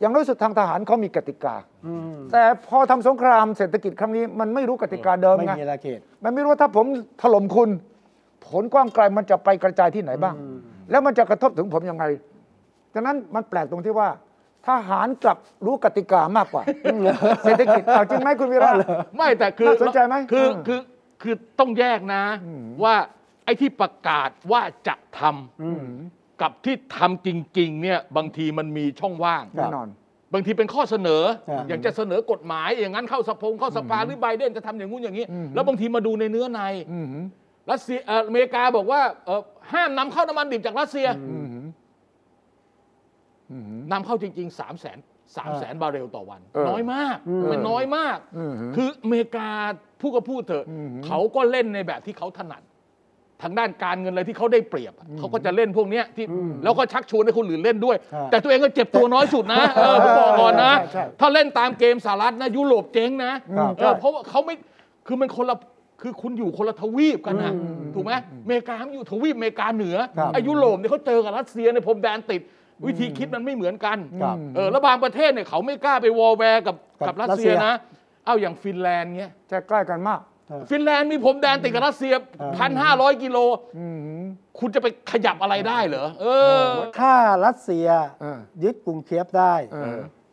อย่างน้อยสุดทางทหารเขามีกติกา
อืม
แต่พอทำสงครามเศรษฐกิจครั้งนี้มันไม่รู้กติกาเดิม
ไม่
ไง
มีอาณาเขต
มันไม่รู้ว่าถ้าผมถล่มคุณ ผลกว้างไกลมันจะไปกระจายที่ไหนบ้าง แล้วมันจะกระทบถึงผมยังไงดังนั้นมันแปลกตรงที่ว่า ทหารกลับรู้กติกามากกว่า เศรษฐกิจเอาจริงไหมคุณวีระ
ไม่แต่คือ
น่าสนใจไหม
คือ
เออ
คือคือต้องแยกนะ ว่าไอ้ที่ประกาศว่าจะทำกับที่ทำจริง ๆ เนี่ยบางทีมันมีช่องว่าง
แน่นอน
บางทีเป็นข้อเสนอ
ครับ
อยากจะเสนอกฎหมาย อย่างนั้นเข้าสภงเข้าสภาหรือไบเดนจะทำอย่างงู้นอย่างนี้ แล้วบางทีมาดูในเนื้อในรัสเซียเอ่ออเมริกาบอกว่าเอ่อห้ามนำเข้าน้ำมันดิบจากรัสเซียนำเข้าจริงๆ3 0 0 0 0 0 3 0 0 0 0 บาร์เรลต่อวัน
เออ
น้อยมาก มันน้อยมาก คืออเมริกาพูดก็พูดเถอะเขาก็เล่นในแบบที่เขาถนัด ทางด้านการเงินอะไรที่เขาได้เปรียบอะเขาก็จะเล่นพวกเนี้ยที่แล้วก็ชักชวนให้คนอื่นเล่นด้วย
ใช่
แต่ตัวเองก็เจ็บตัวน้อยสุดนะเออผมบอกก่อนนะ
ใช่ใช่ใช่
ถ้าเล่นตามเกมสหรัฐนะ ยุโรปเจ๊งนะครับ เออ
ใช่
เพราะว่าเขาไม่คือมันคนละคือคุณอยู่คนละทวีปกันนะถูกไหมอเมริกามันอยู่ทวีปอเมริกาเหนือ
ครับ
ไอ้ยุโรปเนี่ยเขาเจอกับรัสเซียในพรมแดนติด วิธีคิดมันไม่เหมือนกัน
ครับ
เออแล้วบางประเทศเนี่ยเขาไม่กล้าไปวอลแวร์กับ
กั
กั
บบ รั
รั
ส
ส
เซี
เซี
ย
ยนะเอ้าอย่างฟินแลนด์เงี้ย
จะใกล้กันมาก
ฟินแลนด์มีผมแดนติดกับรัสเซียพันห้าร้อยกิโล คุณจะไปขยับอะไรได้เหรอ เออ
ถ้ารัสเซีย
เออ
ยึดกรุงเคียฟได้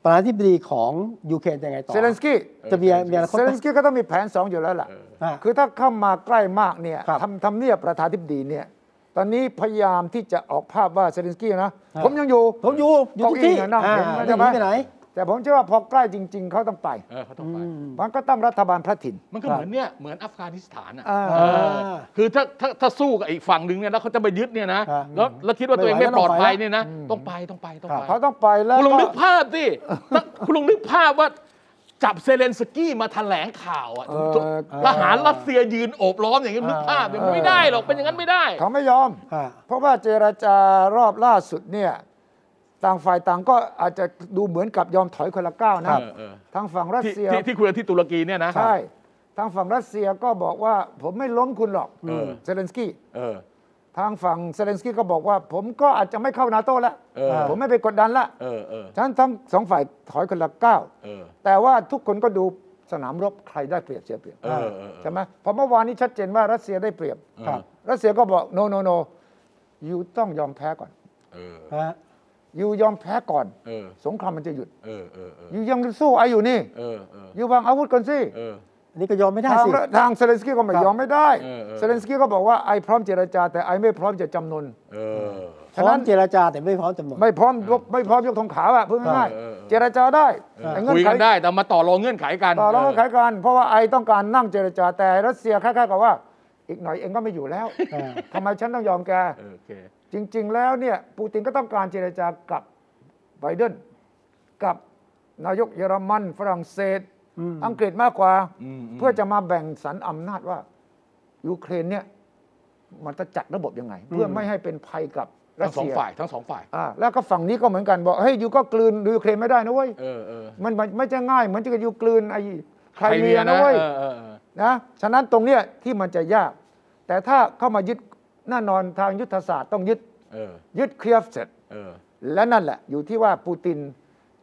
ประธานาธิบดีของยูเครนจะไงต่อ
เซเลนสกี้
จะมีมีอนาคต
เซ
ไห
เล
ม
นสกี้ก็ต้องมีแผนสองอยู่แล้วล่ะ
ฮะ
คือถ้าเข้ามาใกล้มากเนี่ย
ครับ
ทำทำเนียบประธานาธิบดีเนี่ย ตอนนี้พยายามที่จะออกภาพว่าเซเลนสกี้นะ
ฮะ
ผมยังอยู่
ผมอยู่อยู่ทุกที่
เก้าอี้เนี่ยนะ
อ่า
เห็นไหม
ไม่
ใช่
ไป
ไหม
ไหน
แต่ผมเชื่อว่าพอใกล้จริง ๆ เขาต้องไป
เออเขาต้องไป
มันก็ตั้งรัฐบาลพระถิ่น
มันก็เหมือนเนี่ยเหมือนอัฟกานิสถานอ่ะ
อ่า
เออคือถ้าถ้าถ้าสู้กับอีกฝั่งหนึ่งเนี่ยแล้วเขาจะไปยึดเนี่ยนะ
ครับ
แล้วแล้วคิดว่าตัวเอง
ไม่
ไม่
ไหว
ปลอดภัย
ก็ต้องไป
เนี่ยนะ ต้องไปต้องไปต้องไป
เขาต้องไปแล้ว
คุณลองนึ
ก็
กภาพสิถ้าคุณลองนึกภาพว่าจับเซเลนสกี้มาแถลงข่าวอ่ะ
เอ่อ
ทหารรัสเซียยืนโอบล้อมอย่างนี้นึกภาพเนี่ยมันไม่ได้หรอกเป็นอย่างนั้นไม่ได้
เขาไม่ยอม
ฮะ
เพราะว่าเจรจารอบล่าสุดเนี่ยต่างฝ่ายต่างก็อาจจะดูเหมือนกับยอมถอยคนละก้าว
ค
นะ
รับ
เออ
ทางฝั่งรัส
ที่
เซีย
ที่ที่คุยกันที่ตุรกีเนี่ยนะ
ใช่ ทางฝั่งรัสเซียก็บอกว่าผมไม่ล้มคุณหรอก
เออ
เซเลนสกี้
เออ
ทางฝั่งเซเลนสกี้ก็บอกว่า ผมก็อาจจะไม่เข้านาโต้แล้ว
เออ
ผมไม่ไปกดดันละ
เออเออ
ฉะนั้นทั้งสองฝ่ายถอยคนละก้าว
เออ
แต่ว่าทุกคนก็ดูสนามรบใครได้เปรียบเสียเปรียบ
เออเออ
ใช่ไหมเพอเมื่อวานนี้ชัดเจนว่ารัสเซียได้เปรียบ
เออ
ครับ
รัสเซียก็บอก no no no อยู่ต้องยอมแพ้ก่อน
เออ
ฮะ
อยู่ยอมแพ้ก่อน
เออ
สงครามมันจะหยุด
เออเออเออ
อยู่ยังสู้ไออยู่นี่
เออเออ
อยู่วางอาวุธก่อนสิ
เออ
อันนี้ก็ยอมไม่ได้
ทาง
สิ
ทางเซเลนสกี้ก็ไม่ยอมไม่ได้
เออเออ
เซเลนสกี้ก็บอกว่าไอพร้อมเจรจา แต่ไอไม่พร้อมจะจำนน
เออ
พร้อมเจรจาแต่ไม่พร้อมจำนวน
ไม่พร้อมยกไม่พร้อมยกธงขาวอะพูดง่าย
เออเออเออ
ๆเจรจาได้แต่เงื่
คุย
อนไข
กันได้แต่มาต่อรองเงื่อนไขกัน
ต่อรองเงื่อนไขกันเพราะว่าไอต้องการนั่งเจรจาแต่รัสเซียคล้ายๆกับว่า อีกหน่อยเองก็ไม่อยู่แล้ว
เออ
ทำไมฉันต้องยอมแก
เออโอเค
จริง ๆ แล้วเนี่ยปูตินก็ต้องการเจรจากับไบเดนกับนายกเยอรมันฝรั่งเศส อังกฤษมากกว่า
อืม
เพื่อจะมาแบ่งสรรอำนาจว่ายูเครนเนี่ยมันจะจัดระบบยังไง เพื่อไม่ให้เป็นภัยกับรั
ทั้
ส
งสอ
เซี
ง
ย
ฝ่ายทั้งสองฝ่าย
อ่าแล้วก็ฝั่งนี้ก็เหมือนกันบอกเฮ้ยยูก็กลืนยูเครนไม่ได้นะเว้ย
เออเออ
มันมันไม่จะง่ายเหมือนที่ยูกลืนไอ้ไครเมีย
ใค
นะเว้ย
เออเออเออ
นะฉะนั้นตรงเนี้ยที่มันจะยาก แต่ถ้าเข้ามายึดแน่นอนทางยุทธศาสตร์ต้องยึด
เออ
ยึดเคลียร์เสร็จ
เออ
และนั่นแหละ อยู่ที่ว่าปูติน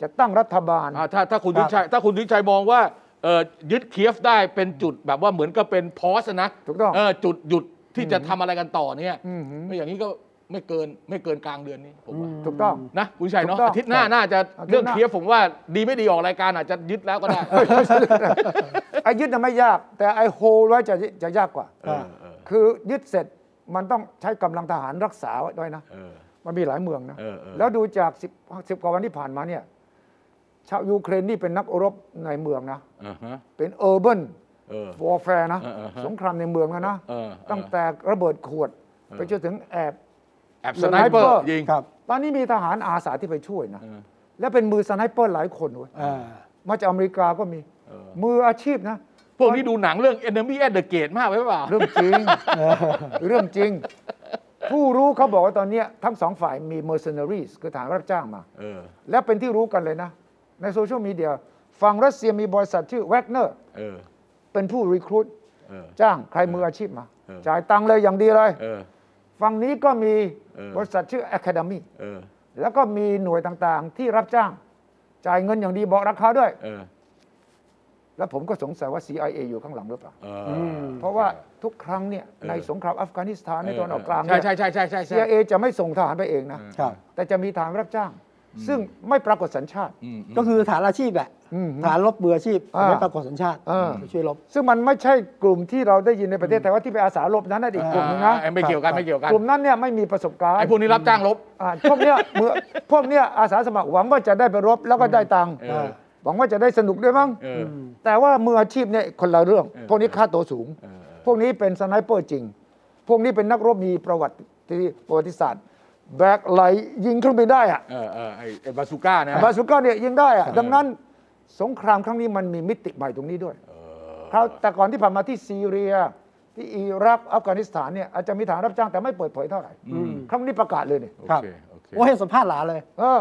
จะตั้งรัฐบาล
อ่ะถ้าถ้าคุณวิชัยถ้าคุณวิชัยมองว่าเอ่อยึดเคียฟได้เป็นจุดแบบว่าเหมือนกับเป็นพอสนะ
ถูกต้อง
เออจุดหยุดที่จะทำอะไรกันต่อเนี่ย
อือหือ
ไม่อย่างนี้ก็ไม่เกินไม่เกินกลางเดือนนี้ผมว่า
ถูกต้อง
นะคุณวิชัยเนาะ
ถูกต้อง
อาทิตย์หน้าน่าจะ
อาทิตย์หน้า
เรื่องเคียฟผมว่าดีไม่ดีออกรายการอาจจะยึดแล้วก็ได้
ไอ้ยึดน่ะไม่ยาก แต่ไอ้โฮไว้จะจะยากกว่า
เออเออ
คือยึดเสร็จมันต้องใช้กำลังทหารรักษาไว้ด้วยนะ
เออ
มันมีหลายเมืองนะ
เออเออ
แล้วดูจาก10 10กว่าวันที่ผ่านมาเนี่ยชาวยูเครนนี่เป็นนักรบในเมืองนะ
อ่าฮะ
เป็นเออร์เบิร์น
เออ
วอร์แฟร์นะ
เออเออฮะ
สงครามในเมืองนะนะ
เออ
ตั้งแต่ระเบิดขวด ไปจนถึงแอบ
แอบ
ส
ส
ไน
ไน
เป
เป
อ
อ
ร์
ร์ยิง
ครับ
ตอนนี้มีทหารอาสาที่ไปช่วยนะ
เออ
และเป็นมือสไนเปอร์หลายคนเว้ย
อ่า
มาจากอเมริกาก็มี
เออ
มืออาชีพนะ
พวกนี้ดูหนังเรื่อง Enemy at the Gate มากไปเปล่า
เรื่อง จริง เรื่องจริง ผู้รู้เขาบอกว่าตอนเนี้ยทั้งสองฝ่ายมี mercenaries คือทหารรับจ้างมา
เออ
และเป็นที่รู้กันเลยนะ ในโซเชียลมีเดียฝั่งรัสเซียมีบริษัทชื่อ Wagner
เออ
เป็นผู้รีครูท
เออ
จ้างใครมืออาชีพมา
เออ
จ่ายตังค์เลยอย่างดีเลย
เออ
ฝั่งนี้ก็มี
เออ
บริษัทชื่อ Academy
เออ
แล้วก็มีหน่วยต่างๆ ที่รับจ้าง จ่ายเงินอย่างดีบอกราคาด้วย
เออ
แล้วผมก็สงสัยว่า CIA อยู่ข้างหลังหรือเปล่า
เอออ
อืม
เพราะว่าทุกครั้งเนี่ยในสงครามอัฟกานิสถานในตอนออกกลางเนี่
ใช่
ย
ใช่ใช่ใช่ใช่
CIA จะไม่ส่งทหารไปเองนะ
ครับ
แต่จะมีทหารรับจ้าง ซึ่งไม่ปรากฏสัญชาติ
อืมอืม
ก็คือฐานอาชีพแหละ
อืม
ฐานรบเบืออาชีพ
อ่า
ไม่ปรากฏสัญชาติ
อ่า
ช่วยรบ
ซึ่งมันไม่ใช่กลุ่มที่เราได้ยินในประเทศแต่ว่าที่ไปอาสาลบนั้นน่ะอีกกลุ่มหนึงนะ
อ่าอ่าไม่เกี่ยวกันไม่เกี่ยวกัน
กลุ่มนั้นเนี่ยไม่มีประสบการณ์
ไอ้พวกนี้รับจ้างลบ
อ่าพวกเนี้ ยเมื่อพวกเนี้ยอาสาสมัครหวังว่าจะได้ไปรบแล้วก็ได้ตังค์
เออ
หวังว่าจะได้สนุกด้วยมั้ง
เออ
แต่ว่ามืออาชีพเนี่ยคนละเรื่อง
เออ
พวกนี้ค่าตัวสูง
เออ
พวกนี้เป็นสไนเปอร์จริง พวกนี้เป็นนักรบมีประวัติประวัติศาสตร์ แบกไหลยิงเครื่องบินได้อะ
เออเออไอ้ไอ้บาซูก้านะ
บาสุก้าเนี่ยยิงได้อะดังนั้นสงครามครั้งนี้มันมีมิติใหม่ตรงนี้ด้วยเขาวแต่ก่อนที่ผ่านมาที่ซีเรีย ที่อิรักอัฟกานิสถานเนี่ยอาจจะมีฐานรับจ้างแต่ไม่เปิดเผยเท่าไหร่ครั้งนี้ประกาศเลยเนี่ย
โอ
ครับ
เคโอเค
โอ้เห็นสัมภาษณ์หลานเลย
เอออ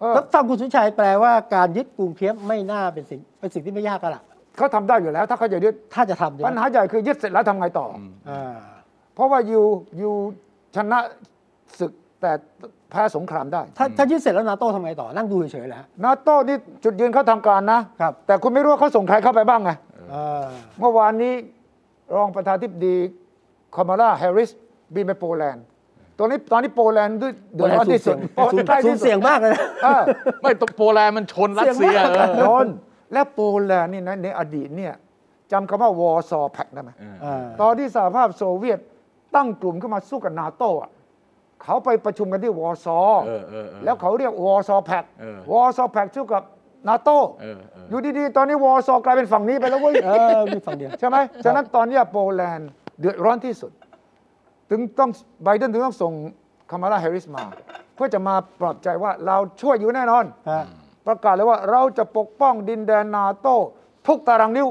เออ
แล้วฟังคุณสุชัยแปลว่าการยึดกรุงเคียฟไม่น่าเป็นสิ่งเป็นสิ่งที่ไม่ยากกันล่ะ
เขาทำได้อยู่แล้ว ถ้าเขาจะยึด
ถ้าจะทำใช่
ปัญ
ไหม
หาใหญ่คือยึดเสร็จแล้วทำไงต่ออ
อ่า
เพราะว่ายูยูชนะศึกแต่แพ้สงครามได้
ถ้าถ้ายึดเสร็จแล้วนาโต้ทำไงต่อนั่งดูเฉยๆแหละ
นาโต้นี่จุดยืนเขาทางการนะ
ครับ
แต่คุณไม่รู้ว่าเขาส่งใครเข้าไปบ้างไง
อ่า
เมื่อวานนี้รองประธานทิบดีคามาลาแฮร์ริสบินไปโปแลนด์ตอนนี้ตอนนี้โปแลนด์ด้วยเดือดร้อนที่สุด
โอ้ยสูง
ใกล้
สูง
ที่สุด
เสี่ยงมากเลยนะ
เออ
ไม่ตโปแลนด์มันชนรัสเซียเออ
โดนและโปแลนด์นี่นะในอดีตเนี่ยจำคำว่าวอร์ซอแพ็กได้ไหม
อ่า
ตอนที่สหภาพโซเวียตตั้งกลุ่มขึ้นมาสู้กับนาโต้อะเขาไปประชุมกันที่วอร์ซอ
เออเออเออ
แล้วเขาเรียกวอร์ซอแพก
เออ
วอร์ซอแพกสู้กับนาโต้
เออเออ
อยู่ดีๆ ตอนนี้วอร์ซอกลายเป็นฝั่งนี้ไปแล้วเว้ย
เออมีฝั่งเดียว
ใช่ไหมฉะนั้นตอนเนี้ยโปแลนด์เดือดร้อนที่สุด ถึงต้องไบเดนถึงต้องส่งคามาลาแฮร์ริสมา เพื่อจะมาปลอบใจว่าเราช่วยอยู่แน่นอน
ฮะ
ประกาศเลยว่าเราจะปกป้องดินแดนนาโต้ทุกตารางนิ้ว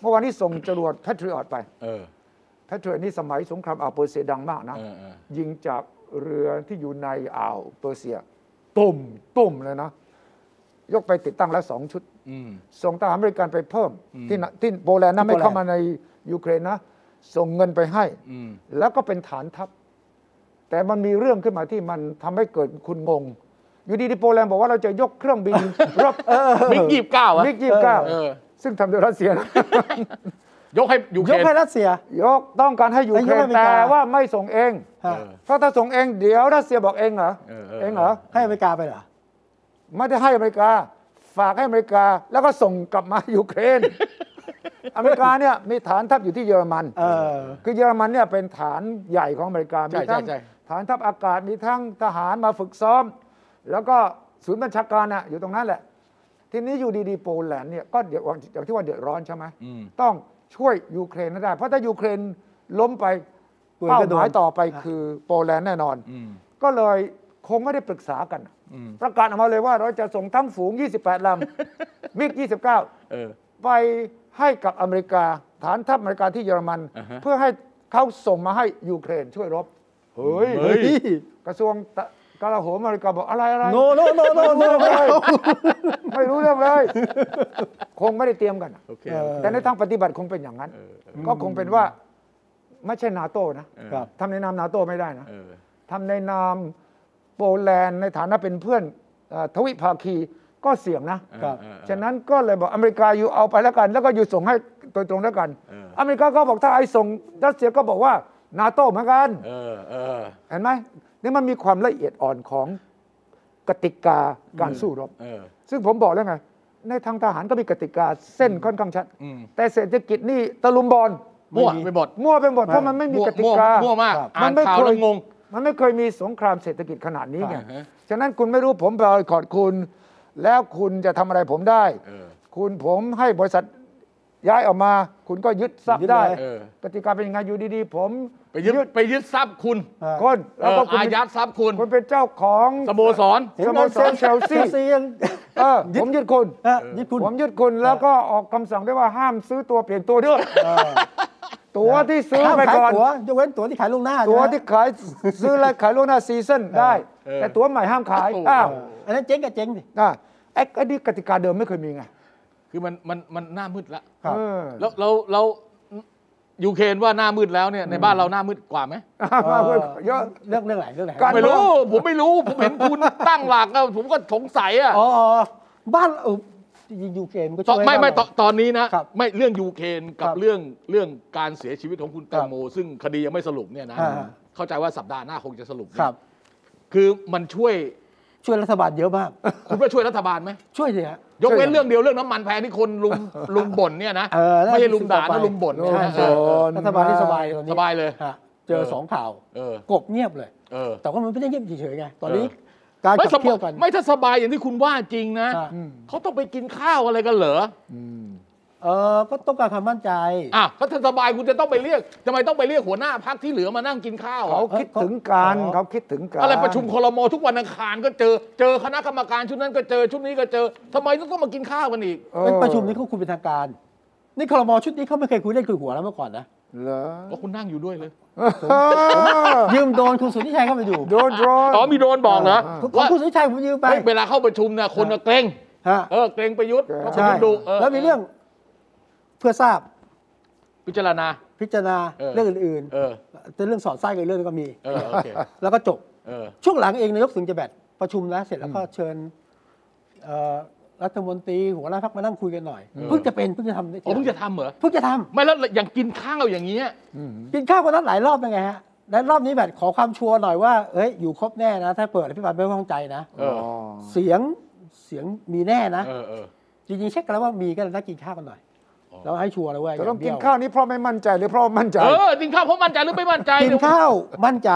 เมื่อวานนี้ส่งจรวดแพทริออตไป
เออ
แพทริอตนี่สมัยสงครามอ่าวเปอร์เซียดังมากนะ
เออเออ
ยิงจากเรือที่อยู่ในอ่าวเปอร์เซีย ตุ่มตุ่มเลยนะ ยกไปติดตั้งแล้วสองชุด
อืม
ส่งทหารอเมริกันไปเพิ่ม ที่นะที่โปแลนด์นะ
ที่
ไม่
โปแลนด์
เข้ามาในยูเครนนะ ส่งเงินไปให้
อืม
แล้วก็เป็นฐานทัพ แต่มันมีเรื่องขึ้นมาที่มันทำให้เกิดคุณงง อยู่ดีๆโปแลนด์บอกว่าเราจะยกเครื่อง บิน รบ
มิกยี่สิบเก้าอะ
มิกยี่สิบเก้า
เออ
ซึ่งทำโดยรัสเซียนะ
ยกให้ยูเค
ย
ร
ก
น
ให้รัสเซีย
ยกต้องการให้ยูเครน
ให้ยกให้อเมริกา
แต่ว่าไม่ส่งเอง
เอ
ฮะ
อ
เพราะถ้าส่งเองเดี๋ยวรัสเซียบอกเองเหรอ
เออเออ
งเหรอ
ให้อเมริกาไปเหรอ
ไม่ได้ให้อเมริกา ฝากให้อเมริกาแล้วก็ส่งกลับมา ยูเครน อเมริกาเนี่ยมีฐานทัพอยู่ที่เยอรมัน
เออ
คือเยอรมันเนี่ยเป็นฐานใหญ่ของอเมริกา
ใช่
มีทั้ง
ใช่ใช่
ฐานทัพอากาศ มีทั้งทหารมาฝึกซ้อม แล้วก็ศูนย์บัญชาการน่ะอยู่ตรงนั้นแหละ ทีนี้อยู่ดีๆโปแลนด์เนี่ยก็เดี๋ยวอย่างที่ว่าเดือดร้อนใช่ไหม
อืม
ต้องช่วยยูเครนให้ได้ เพราะถ้ายูเครนล้มไป
ปืนก็
เป้า
โด
หมาย
น
ต่อไปคือโปแลนด์แน่นอน
อืม
ก็เลยคงไม่ได้ปรึกษากัน
อืม
ประกาศออกมาเลยว่าเราจะส่งทั้งฝูง 28 ลำ มิก 29
เออ
ไปให้กับอเมริกา ฐานทัพอเมริกาที่เยอรมัน
อ่าฮะ
เพื่อให้เขาส่งมาให้ยูเครนช่วยรบ เฮ้ย
เฮ้ย
กระทรวงตะกลาโหมอเมริกาบอกอะไรอะไร
โนโนโนโนโน
ไม่รู้เรื่องเลย ไม่รู้เรื่องเลย คงไม่ได้เตรียมกันอะ
โอเค
เออ
แต่ในทางปฏิบัติคงเป็นอย่างนั้น
เออเออ
ก็คงเป็นว่าไม่ใช่นาโต้นะครับ ทำในนามนาโต้ไม่ได้นะ
เออ
ทำในนามโปแลนด์ในฐานะเป็นเพื่อนเอ่อทวิภาคีก็เสี่ยงนะ
ครับ
ฉะนั้นก็เลยบอกอเมริกาอยู่เอาไปแล้วกัน แล้วก็อยู่ส่งให้โดยตรงแล้วกัน
เออ
อเมริกาก็บอกถ้าไอส่งรัสเซียก็บอกว่านาโต้เหมือนกัน
เออเออ
เห็นไหมนี่มันมีความละเอียดอ่อนของกติกาการสู้รบ
เออ
ซึ่งผมบอกแล้วไง ในทางทหารก็มีกติกาเส้นค่อนข้างชัด
อืม
แต่เศรษฐกิจนี่ตะลุมบอล
มั่ว
ไม่มี
ไปหมด
มั่วไปหมดเพราะมันไม่มี
ว
กติ
ว
กา
มั่วมาก
ครับ
อ่านข่าวแล้วงง
มันไม่เคยมีสงครามเศรษฐกิจขนาดนี้ไง
อ่าฮะ
ฉะนั้นคุณไม่รู้ผมบอยคอตคุณ แล้วคุณจะทำอะไรผมได้
เออ
คุณผมให้บริษัทย้ายออกมา คุณก็ยึดทรัพ
ยึ
ย์
ดเลย
ได้
เออ
กติกาเป็นยังไงอยู่ดีๆ ผม
ไปยึดไปยึดทรัพย์คุณ
อ่า
คน
เอ
แล้ว
อ
ก็คุณ
อายัดทรัพย์คุณ
คุณเป็นเจ้าของ
สโมสร
เห็นไหมเซลเชลซียัง
เออผมยึดคุณ
ฮะยึดคุณ
ผมยึดคุณแล้วก็ออกคำสั่งด้วยว่าห้ามซื้อตัวเปลี่ยนตัวด้วย
เออ
ตัวที่ซื้อ
ห้าม
ไป
ขาย
ก่อน
ตั๋วยกเว้นตั๋วที่ขายล่วงหน้า
ตั
ใช่
ว
ไหม
ที่ขายซื้ออะไรขายล่วงหน้าซีซั่นได้
เออ
แต่ตัวใหม่ห้ามขาย
โอ้
อ้าว
เอออันนั้นเจ๊งกับเจ๊งดิ
อ่ะไอ้ไอ้นี่กติกาเดิมไม่เคยมีไง
คือมันมันมันหน้ามืดละ
ครับ
เออ
แล้วเราเรายูเครนว่าหน้ามืดแล้วเนี่ยในบ้านเราหน้ามืดกว่าไหม
มาเว้ยเยอะ
เรื่องเรื่องไหนเรื่องไหน
การ
ไม่รู้ ผมไม่รู้ ผมเห็น คุณ ตั้งหลักแล้วผมก็สงสัยอ่ะ
อ๋ออ๋อบ้านเออยูเครนก็
ต
ช่
อน
วย
ไม่ไม่
บ้าน
ต
เรา
อนตอนนี้นะครับ ไม่เรื่องยูเครนกับ
ครับ
เรื่องเรื่องการเสียชีวิตของคุณแตงโม ซึ่งคดียังไม่สรุปเนี่ยนะ
อ่า
เข้าใจว่าสัปดาห์หน้าคงจะสรุปนะครับ คือมันช่วย
ช่วยรัฐบาลเยอะมาก
คุณว่าช่วยรัฐบาลไหม
ช่วยสิฮะ
ยกเว้นเรื่องเดียวเรื่องน้ำมันแพงที่คนลุ มลุมบ่นเนี่ยนะ
เออแล้ว
ไม่ใช่ลุมด่า
ต่อ
นะ
ไป
ลุมบ่น
ใช่
นะ
ใช่
เออ
รัฐบาลที่สบายตอนนี้
สบายเลย
ฮะเจอ
เออ
สองข่าว
เออก
บเงียบเลย
เออ
แต่ว่ามันไม่ได้เงียบเฉยๆไง ตอนนี้
เอ
การ
ไม่
ขับ
ส
เที่ย
บา
วกั
ย
น
ไม่ถ้าสบายอย่างที่คุณว่าจริงนะ
ใช่
เขาต้องไปกินข้าวอะไรกันเหรอ
เออก็ต้องการความมั่นใจ
อ่ะถ้าสบายคุณจะต้องไปเรียกทำไมต้องไปเรียกหัวหน้าพักที่เหลือมานั่งกินข้าวอ่ะ
เขาคิดถึงการ
เออ
เขาคิดถึงการ
อะไรประชุมครมทุกวันอังคารก็เจอ เจอคณะกรรมการชุดนั้นก็เจอชุดนี้ก็เจอทำไมต้องมากินข้าวกันอีก
เออ
เป็นประชุมที่เขาคุยเป็นทางการ นี่ครมชุดนี้เขาไม่เคยคุยเล่นคุยหัวแล้วเมื่อก่อนนะ
เหรอ
ก็คุณนั่งอยู่ด้วยเลย
ยืมโดรนคุณสุทธิชัยเข้าไปดู
โดนโดน
อ๋อมีโดนบอกเหรอ
ของคุณสุทธิชัยผมยืมไป
เฮ้ยเวลาเข้าประชุมเนี่ยคนก็เกรง
ฮะ
เออเกรงประยุทธ์เพราะประ
ใช่
ยุทธ์ดุเออ
แล้วมีเรื่องเพื่อทราบ
พิจารณา
พิจารณา
เออ
เรื่องอื่น
เออ
ๆแต่เรื่องสอดไส้กับเรื่องนี้ก็มี
เออโอเค
แล้วก็จบ
เออ
ช่วงหลังเองนายกถึงจะแบตประชุมแล้วเสร็จแล้วก็เชิญเอ่อรัฐมนตรีหัวหน้าพักมานั่งคุยกันหน่อย
เออ
เพิ่งจะเป็นเพิ่งจะทำได้
อ๋อเพิ่งจะทำเหรอ
เพิ่งจะท
ไม่แล้วอย่างกินข้าวอย่างเงี้ย
ำกินข้าวกันนั้นหลายรอบยังไงฮะและรอบนี้แบตขอความชัวร์หน่อยว่าเอ้ยอยู่ครบแน่นะ ถ้าเปิดอภิปรายไม่ไว้วางใจนะ
เออ
เสียงเสียงมีแน่นะ
เออเออ
จริงๆเช็คกันแล้วว่ามีก็เลยนัดกินข้าวกันหน่อย
อ๋อ
แล้วให้ชัวร์เลยเว่า
จะต้องกิน
ย่เดีย
ข้าวนี้เพราะไม่มั่นใจหรือเพราะมั่นใจ
เออกินข้าวเพราะมั่นใจหรือไม่มั่นใจ
กินข้าวมั่นใจ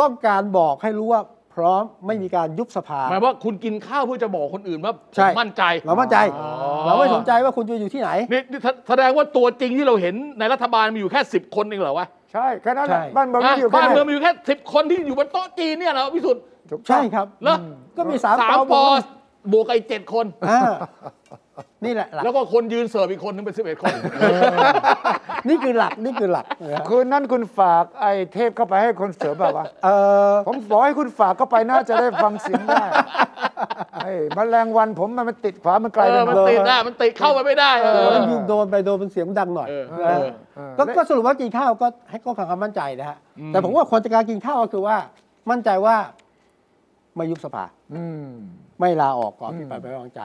ต้องการบอกให้รู้ว่าพร้อมไม่มีการยุบสภา
หมายว่าคุณกินข้าวเพื่อจะบอกคนอื่นว่าผ
ใช่
มมั่นใจ
เรามั่นใจ
อ๋อ
เราไม่สนใจว่าคุณจะอยู่ที่ไหน
นี่นี่แสแสดงว่าตัวจริงที่เราเห็นในรัฐบาลมีอยู่แค่ 10 คนเองเหรอวะ
ใช่แค่นั้นแหละ
ใช่
บ้านเมือง
อ่ะ
ไม่อยู่แค่
บ้าน
นั้น
เมืองมีอยู่แค่ 10 คนที่อยู่บนโต๊ะจีนเนี่ยเหรอพิสุทธิ์
ถูกต้อง
ใช่ครับ
เหรอ
ก็มีสาม
สามป
ป
อ
อ
บวกกับอีกเจ็ดคน
อ่านี่แหละหลัก
แล้วก็คนยืนเสิร์ฟอีกคนนึงเป็น 11 คน
นี่คือหลักนี่คือหลักนะฮะ
คืนนั้นคุณฝากไอ้เทพเข้าไปให้คนเสริมแบบว่า
เออ
ผมบอกให้คุณฝากเข้าไปน่าจะได้ฟังเสียงได้ อ้แมลงวันผมมันมันติดขวามันไกล
เออ
ไปห
มัน
น่อย
ติดนะมันติดเข้าไปไม่ได้เออ
มันยุบโดนไปโดนเป็นเสียงดังหน่อย
เออ
นะฮะ
เออ
เออ
ก็ก็สรุปว่ากินข้าวก็ให้ก็ขังความมั่นใจนะฮะ
อืม
แต่ผมว่าคนจากการกินข้าวก็คือว่ามั่นใจว่าไม่ยุบสภา
อืม
ไม่ลาออกก่อน
อืม
ที่ไปไม่ไว้วางใจ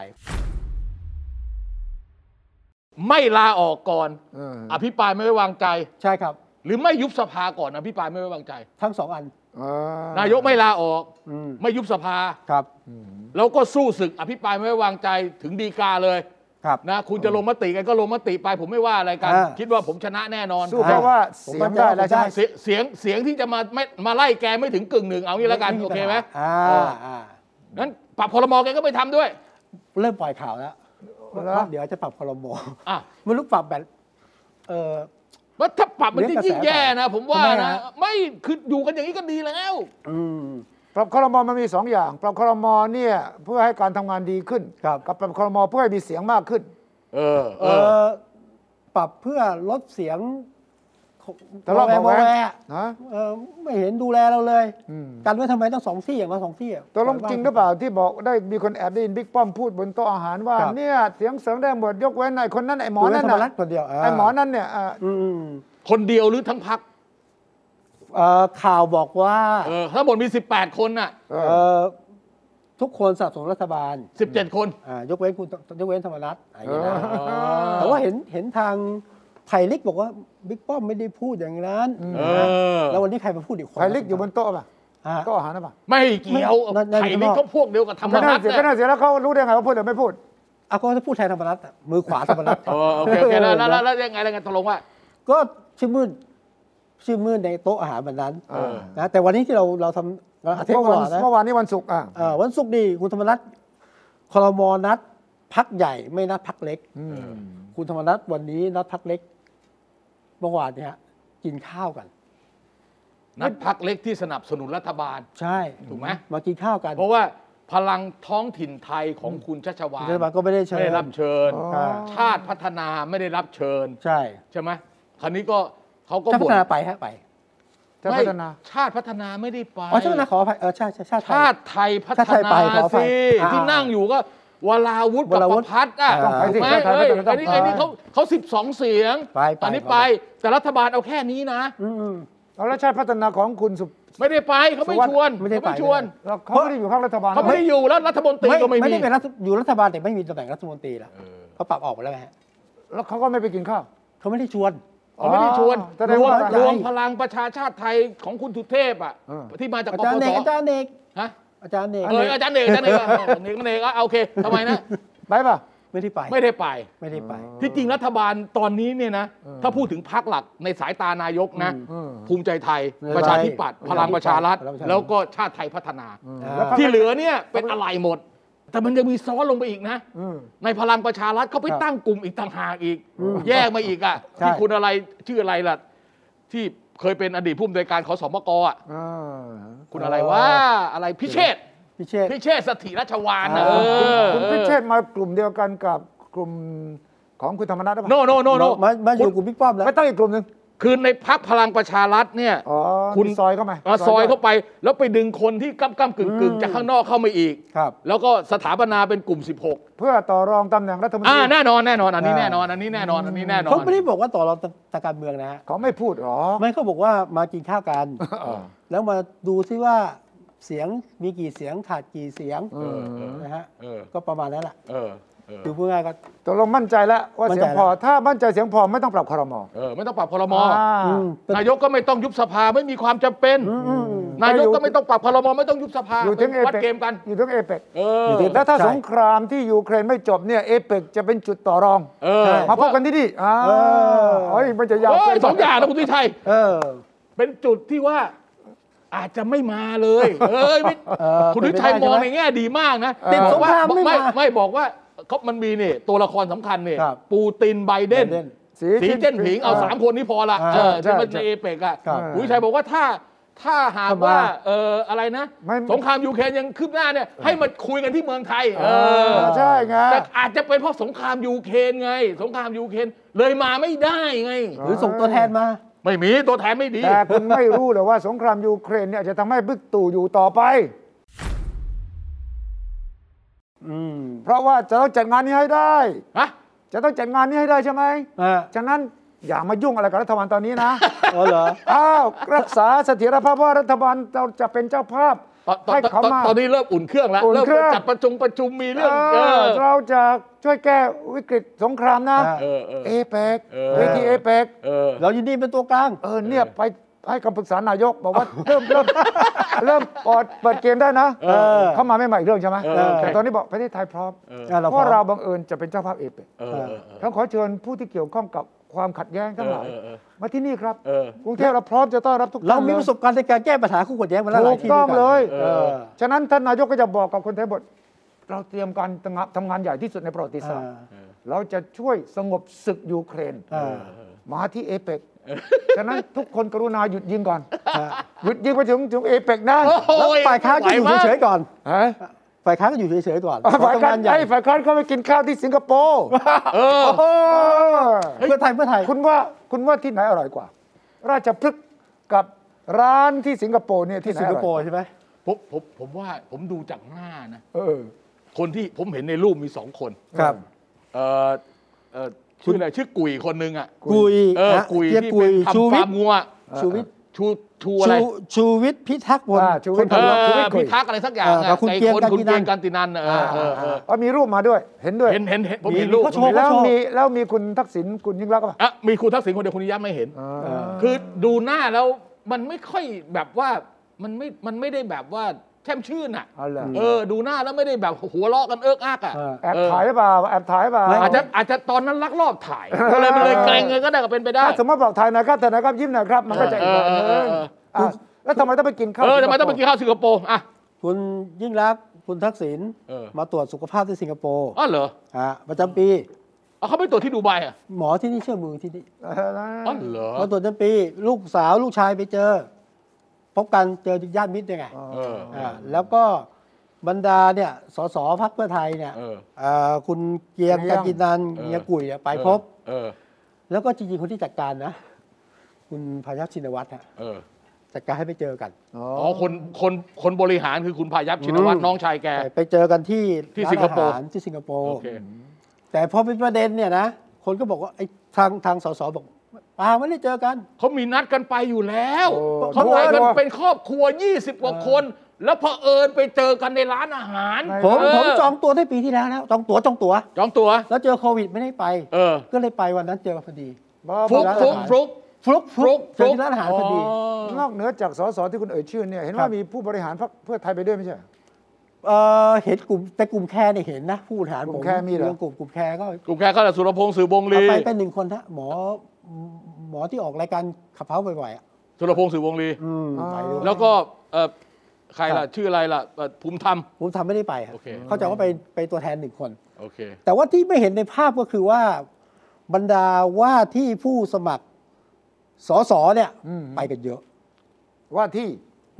ไม่ลาออกก่อน
เออ
อภิปรายไม่ไว้วางใจ
ใช่ครับ
หรือไม่ยุบสภาก่อนอภิปรายไม่ไว้วางใจ
ทั้งสองอัน
อ่
นายกไม่ลาออก
อืม
ไม่ยุบสภา
ครับ
อืม
แล้วก็สู้ศึกอภิปรายไม่ไว้วางใจถึงดีกาเลย
ครับ
นะคุณจะลงมติกันก็ลงมติไป ผมไม่ว่าอะไรกัน
อ่า
คิดว่าผมชนะแน่นอน
สู้เพราะว่าเสียงได้แล้วใช่ไหม
เสียเสียงเสียงที่จะมาไม่มาไล่แกไม่ถึงกึ่งหนึ่งเอางี้แล้วกันโอเคไหม
อ่า
เออ
อ่า
งั้นปรับพรมแกก็ไม่ทำด้วย
เริ่มปล่อยข่าวแล้ว
แล้ว
ว่าเดี๋ยวจะปรับคอรมอ
อ่ะ
ไม่รู้ปรับแบบเออ
ว่าถ้าปรับมันจะยิ่ง
เรียกกระแส
แย่นะ ผมว่า
ทำไม
นะ
ฮะ
ไม่คืออยู่กันอย่างนี้ก็ดีแล้ว
อืม
ปรับครมมันมีสองอย่าง ปรับครมเนี่ยเพื่อให้การทำงานดีขึ้น
ครับ
กับปรับครมเพื่อให้มีเสียงมากขึ้น
เออ
เอ
เออ
อปรับเพื่อลดเสียง
ทะเลาะเบาะแว้ง
ระง
นะ
เออไม่เห็นดูแลเราเลย
อืม
กันไว้ทำไมต้องสองที่อย่างละสองที่อะ
ตกลงจริงหรือเปล่าที่บอกได้มีคนแอบได้ยินบิ๊กป้อมพูดบนโต๊ะอาหารว่า
ครับ
เนี่ยเสียงเสริงได้หมดยกเว้นไอ้คนนั้นไอ้หมอ
คุณ
นั่
ธ
น
รรมรัฐ
น่ะ
คนเดียวา
ไอ้หมอนั่นเนี่ยอ่ะ
อืม
คนเดียวหรือทั้งพัก
เอ่อข่าวบอกว่า
เออทั้งหมดมี 18 คนน่ะ
เอ
เอ่อ
อ
ทุกคนสนับสนุนรัฐบาล
17 คน
อ่ายกเว้นคุณยกเว้นธรรมรัฐอะไรอย่างเงี้ยนะ
เอ
แต่ว่าเห็นเห็นทางไผ่ลิกบอกว่าบิ๊กป้อมไม่ได้พูดอย่างนั้น
เอ
นะ
อ
แล้ววันนี้ใครมาพูดอีกคน
ใครลิกอยู่บนโต๊ะป่ะ
ฮะ
โต๊ะอาหารน่ะป่ะ
ไม่เกี่ยว
ไม่ไม่
ไทยนี่
ไม่
ก็พวกเดียวกับธรรมนั
ก็น่า
ต
เสีย
เนี่
ก็
ย
น่าเสียแล้วเขารู้ได้ไงว่าพูดหรือไม่พูด
อ่ะก็จะพูดแทนธรรมรัฐอะมือขวาธรรมรัฐ
เออโอเคโอเคแล้วแล้วแล้วแล้วยังไงแล้วกันตกลงว่า
ก็ชื่อมืดชื่อมืดในโต๊ะอาหารวันนั้น
เออ
นะแต่วันนี้ที่เราเราทำเราอาทิต
เมื่
ย์
อ
ก่
วา
อน นนะ
เมื่อวานนี้วันศุกร์อ่ะ
เอ่อวันศุกร์ดีคุณธรรมนัฐคลมนัดพักใหญ่ไม่นัดพักเล็ก คุณธรรมนัฐวันนี้นัดพักเล็กเมื่อวานเนี่ยฮะกินข้าวกัน
นัดพักเล็กที่สนับสนุนรัฐบาล
ใช่
ถูกไหม
มากินข้าวกัน
เพราะว่าพลังท้องถิ่นไทยของคุณชัชวาน
รัฐบาลก็ไม่ได้เชิญ
ไม่ได้รับเชิญ
อ๋อ
อ่า
ชาติพัฒนาไม่ได้รับเชิญ
ใช่
ใช่ไหมคราวนี้ก็เขาก็
ชาติพั
บ่น
ฒนาไปฮะไป
ชาติพัฒนา
ไม่ชาติพัฒนาไม่ได้ไป
อ๋อชาติพัฒนาขออภัยเออใช่ใช่ชาติไทย
ชาติไทยพั
ชาติ
ฒ
ไทยไป
นา
ขอไป
สิ
อ่า
ที่นั่งอยู่ก็วราวุฒิ
ว
กับ
รา
ป
วุ
ระ
ฒิ
พัฒน์อ่ะ
อ่า
ถูกไหม
ชาติไทย
เอ้ย
พัฒ
อั
นาต้อน ง
นี้
ไป
อันนี้เขาเขาสิบสองเสียง
ไปไป
อันนี้
ไป
ไป แต่รัฐบาลเอาแค่นี้นะ
อืม
เอาแล้วชาติพัฒนาของคุณสุ
ไม่ได้ไปเขาไม่
สุวรร
ช
ณ
วน
ไม่ได้
เขา
ไป
ไม่ชวน
เราเขาไม่ได้อยู่ข้างรัฐบาล
เขาไม่ได้อยู่แล้วรัฐมนตรี
ไม่
ก็ไม่
ไม่
มี
ได้เป็นรัฐอยู่รัฐบาลแต่ไม่มีตำแหน่งรัฐมนตรีละเขาปรับออกไปแล้วไงฮะ
แล้วเขาก็ไม่ไปกินข้าว
เขาไม่ได้ชวน
เขาไม่ได้ชวน
แสด
รงวม
ว่า
รวมพลังประชาชาติไทยของคุณสุเทพอ่ะ
เออ
ที่มาจาก
อาก จาร
ป
ย์เน
ศ
กอาจารย์เนก
ฮะ
อาจารย์เนก
เอออาจารย์เนกอาจารย์เนกเออเนกเนกเอาโอเคทำไมนะ
ไปป่ะ
ไม่ได้ไป
ไม่ได้ไป
ไม่ได้ไป
ที่จริงรัฐบาลตอนนี้เนี่ยนะ
เออ
ถ้าพูดถึงพรรคหลักในสายตานายกนะ
เออ
ภูมิใจไทย
ไม่เป็นไร
ประชาธิปัตย์พลังประชารัฐ
พลังประชารัฐ
แล้วก็ชาติไทยพัฒนา
เออ
อ่า
แล้วพรรค
ที่เหลือเนี่ยเป็นอะไรหมด แต่มันยังมีซ้อนลงไปอีกนะ
เออ
ในพลังประชารัฐเขาไปตั้งกลุ่มอีกต่างหากอีก แยกมาอีกอ่ะ
ใช่
ที่คุณอะไรชื่ออะไรล่ะ ที่เคยเป็นอดีตผู้อำนวยการขอสมกอ่ะ
อ่า
คุณอะไรว่าอะไรพิเชษฐ์
พิเชษ
พิเชษฐ์สถิรัชวานน่ะ
อ่า
เออ
คุณพิเชษฐ์มากลุ่มเดียวกันกับกลุ่มของคุณธรรมนัฐหรือเป
โน
ล่า
โนโนโน
มามาอยู่กลุ่มบิ๊กป้อมแล้ว
ไม่ตั้งอีกกลุ่มหนึ่ง
คือในพักพลังประชารัฐเนี่ย
อ๋อ
คุณ
มีซอยเข้ามา
เอาซอยเข้าไปแล้วไปดึงคนที่ก้ำก้ำกึ่งกึ่งจากข้างนอกเข้ามาอีก
ครับ
แล้วก็สถาปนาเป็นกลุ่ม 16
เพื่อต่อรองตำแหน่งรัฐมนต
อ่า
รี
แน่นอนแน่นอนอันนี้แน่นอนอันนี้แน่นอนอันนี้แน่นอน
เขาไม่ได้บอกว่าต่อรองทางการเมืองนะฮะ
เขาไม่พูดหรอ
ไม่เขาบอกว่ามากินข้าวกัน แล้วมาดูซิว่าเสียงมีกี่เสียงขาดกี่เสียง
เออเออ
นะฮะ
เออ
ก็ประมาณนั้นแหละ
เออเออ
คือพูดง่ายๆก็
ตกลงมั่นใจแล้วว่าเสียงพอ ถ้ามั่นใจเสียงพอไม่ต้องปรับครม
เออไม่ต้องปรับพรม
อ่า
อืม
นายกก็ไม่ต้องยุบสภาไม่มีความจำเป็น
อืม
นายกก็ไม่ต้องปรับพรมไม่ต้องยุบสภา
อยู่ถึงเอ
วัด
เปก
เกมกัน
อยู่ถึงเอเปก
เออ
อยู่ที่
แล้วถ้า
ใช่
สงครามที่ยูเครนไม่จบเนี่ยเอเปกจะเป็นจุดต่อรอง
เออ
ใช่
มาพบกันที่นี่อ่า
เออ
เฮ้ยมันจะยาว
เอ้
เกิ
ย
นไป
สองอย่างนะคุณทิชัย
เออ
เป็นจุดที่ว่าอาจจะไม่มาเลยเอ้ยไม่
เออ
คุณทิชัย
เป็นไปได้
มอง
ใช่ไหม
ในแง่ดีมากนะ
ติด
บอกว่
สงครามไม่
ไม่
มา
ไม่บอกว่าเขามันมีนี่ตัวละครสำคัญนี่
ครับ
ปูตินไบเดน
เด่น
สี
สีเจิ้นผิงเอาสามคนนี้พอละ
อ่า
เออ
ใช่
ที่มัน
ใช่
ในเอเปกอ่ะ
ครับ
คุณทิชัยบอกว่าถ้าถ้าหาก
ถ้ามา
ว่าเอออะไรนะ
ไม่
สงครามยูเครนยังคืบหน้าเนี่ยให้มาคุยกันที่เมืองไทย เออ
ใช่ไง
แต่อาจจะเป็นเพราะสงครามยูเครนไง สงครามยูเครนเลยมาไม่ได้ไง
หรือส่งตัวแทนมา
ไม่มีตัวแทนไม่ดี
แต่คุณไม่รู้เหรอว่าสงครามยูเครนเนี่ยจะทำให้บิ๊กตู่อยู่ต่อไป
อืม
เพราะว่าจะต้องจัดงานนี้ให้ได้
ฮะ
จะต้องจัดงานนี้ให้ได้ใช่ไหม
อ่า
ฉะนั้นอย่ามายุ่งอะไรกับรัฐบาลตอนนี้นะ
อ๋อเหรอ
อ้าวรักษาเสถียรภาพว่ารัฐบาลเราจะเป็นเจ้าภาพ
ตอนตอน
ให้เขา
ตอน
มา
ตอนนี้เริ่มอุ่นเครื่องแล้ว
อุ่น
เริ่ม
เครื่อง
จัดประชุมประชุมมีเรื่อง
เอ
เอ
อ
อ
เราจะช่วยแก้วิกฤตสงครามนะ
อ่า
เออเออ
เอเปก
เออ
เวทีเอเปก
เออ
เรายินดีเป็นตัวกลาง
เออเนี่ยไปให้คำปรึกษานายกบอกว่าเริ่มเริ่มเริ่มเปิดเปิดเกมได้นะ
เออ
เข้ามาไม่ใหม่เรื่องใช่ไหม
เออ
แต่ตอนนี้บอกประเทศไทยพร้อม
เออ
อ่าเรา
เพ
พ
ราะ
ร้อม
เราบังเอิญจะเป็นเจ้าภาพเอเปก
เออเออเออ
ต้องขอเชิญผู้ที่เกี่ยวข้องกับความขัดแย้งทั้งหลาย
เออเออเออ
มาที่นี่ครับ
เออ
กรุงเทพเราพร้อมจะต้อนรับทุกท่าน
เรามี
ลย
ประสบการณ์ในการแก้ปัญหาคู่ขัดแย้งมาแล้วหลาย
ถู
ที่
กต้อง
ด้ว
เลย
เออ
ฉะนั้นท่านนายกก็จะบอกกับคนไทยบทเราเตรียมการทำงานทำงานใหญ่ที่สุดในประวัติศาสตร์
อ่า
เราจะช่วยสงบศึกยูเครน
เออ
มาที่เอเปกฉะนั้นทุกคนกรุณาหยุดยิงก่อน
ฮะ
หยุดยิงไปถึงถึงเอเปกนะ
โอ้
แล้ว
ย
ฝ่ายค้านก็อยู่
ไหวมาก
เฉยๆก่อน
ฮะ
ฝ่ายค้านก็อยู่เฉยๆก่อน
ฝ่าย
ขอทำ
ค้าง น
ใหญ่
ไอ้ฝ่ายค้านเขาไปกินข้าวที่สิงคโปร์
เออ
โอ้
เพื่อไทยเพื่อไทย
คุณว่าคุณว่าที่ไหนอร่อยกว่า ราชพฤกษ์กับร้านที่สิงคโปร์เนี่ยที่
ที่
ไหน
สิง
อ
ค
ร่อย
โปร์ใช่ไหม
ผมผมผมว่าผมดูจากหน้านะ
เออ
คนที่ผมเห็นในรูปมีสองคน
ครับ
เออเออชื่ออะไรชื่อกุยคนหนึงอ่ะ
กุย
เออ
นะ
กุย
เรียก
ที่
กุ
เป็
ย
น
ชูวิ
ทำฟา
ท
ร์
ย์
มงัว
ชูวิทย์
ชูชูอะไร
ชูชูวิทย์พิทักษ์วงศ์
อ่าชูวิทย์
ค
เอนอ
ทำ
ชูวิทย์กุย
พิทักษ์อะไรสักอย่าง
เออกับคุณ
ไ
เกียรติ
นคุณ
กาญตินัน
เกียรติการตินันเออเออเออ
เอามีรูปมาด้วยเห็นด้วย
เห็นเห็นเห็นผม
มี
เห็นรูป
มีเขาโชว์
แล้วมีแล้วมีคุณทักษิณคุณยิ่งรักษณ์ป่ะ
อ่ะมีคุณทักษิณคนเดียวคุณนิยะไม่เห็น
คื
คือ อดูหน้าแล้วมันไม่ค่อยแบบว่ามันไม่มันไม่ได้แบบว่าแช่มชื่นอ่ะ
เอาเหรอ
เออดูหน้าแล้วไม่ได้แบบหัวเราะกันเอิกอักอ่ะ
เออ
แอบถ่ายหรือเปล่าแอบถ่ายหรือเปล่า
ไม่
อาจจะอาจจะตอนนั้นลักลอบถ่ายก็เลยมันเลยเกรงเลยก็ได้ก็เป็นไปได้
ถ้าสมมติบอกถ่ายหนะครับแต่นะครับยิ้มหนะครับ มันก็จะอีกแบบนึ
เออง เออ
อ่ะแล้วทำไมต้องไปกินข้าว
เออทำไมต้องไปกินข้าวสิงคโปร์อ่ะ
คุณยิ่งรักษณ์คุณทักษิณ
เออ
มาตรวจสุขภาพที่สิงคโปร์
อ๋อเหรอ
ฮะประจำปี
เอาเขาไปตรวจที่ดูไบอ่ะ
หมอที่นี่เชื่อมือที่นี่
เออนะ
อ๋อเหรอ
มาตรวจประจำปี ลูกสาวลูกชายไปเจอ พบกันเจอญาติมิตรยังไง
เออ
าแล้วก็บรรดาเนี่ยสสพักเพื่อไทยเนี่ย
เออ
เอ่อคุณเกียรติการกินนันท์
เออ
เมียกุยเนี่ยไปพบ
เออ
แล้วก็จริงๆคนที่จัดการนะ คุณพายัพชินวัตรฮะ
เออ
จัดการให้ไปเจอกัน
อ๋อ
อ๋อคนคนคนบริหารคือคุณพายัพชินวัตร
อืม
น้องชายแก
ไปเจอกันที่
ที่สิงคโป
า
ร์
นาหาที่สิงคโปร์
โอเค
แต่พอเป็นประเด็นเนี่ยนะ คนก็บอกว่าไอ้ทางทางสสบอกเปล่าไม่ได้เจอกัน
เขามีนัดกันไปอยู่แล้ว
โอ้
เขา
โอ้
ไปกัน
โอ้
เป็นครอบครัว 20 กว่าคน แล้วเผอิญไปเจอกันในร้านอาหาร
ผม
เ
ผมจองตั๋วได้ปีที่แล้วนะจองตั๋วจองตั๋ว
จองตัว
แล้วเจอโควิดไม่ได้ไป
เออ
ก็เลยไปวันนั้นเจอพอดี
บ้า
ฟลุก
บ้า
ฟลุกฟลุก
ฟลุกฟลุกเจ
ฟลุ๊
อก ที่ร้านอาหารพอดี
นอกเหนือจากสสที่คุณเอ่ยชื่อเนี่ยเห็นว่ามีผู้บริหารพรรคเพื่อไทยไปด้วยไม่ใช่
เออเห็นกลุ่มแต่กลุ่มแคร์เนี่ยเห็นนะ ผู้บริหารผ
กลุ่มแคร์มีเหรอ
เรื่องกลุ่มกลุ่มแคร์ก็
กลุ่มแขกเขาแหละสุรพงษ์สื่อบงลี
เอาไปเป็นหนึ่งคนฮะหมอหมอที่ออกรายการขับเพ้าบ่อยๆอ่ะ
สุรพงษ์สื่อบงลี
อืมไปด้วย
แล้วก็เอ่อใคร
ค
ล่ะ
รับ
ชื่ออะไรล่ะเอ่อภูมิธรรม
ผมทำไม่ได้ไปครับ
โอเค
เข้าใจว่าไปไปตัวแทนหนึ่งคน
โอเค
แต่ว่าที่ไม่เห็นในภาพก็คือว่าบรรดาว่าที่ผู้สมัครสสเนี่ยไปกันเยอะ
ว่าที่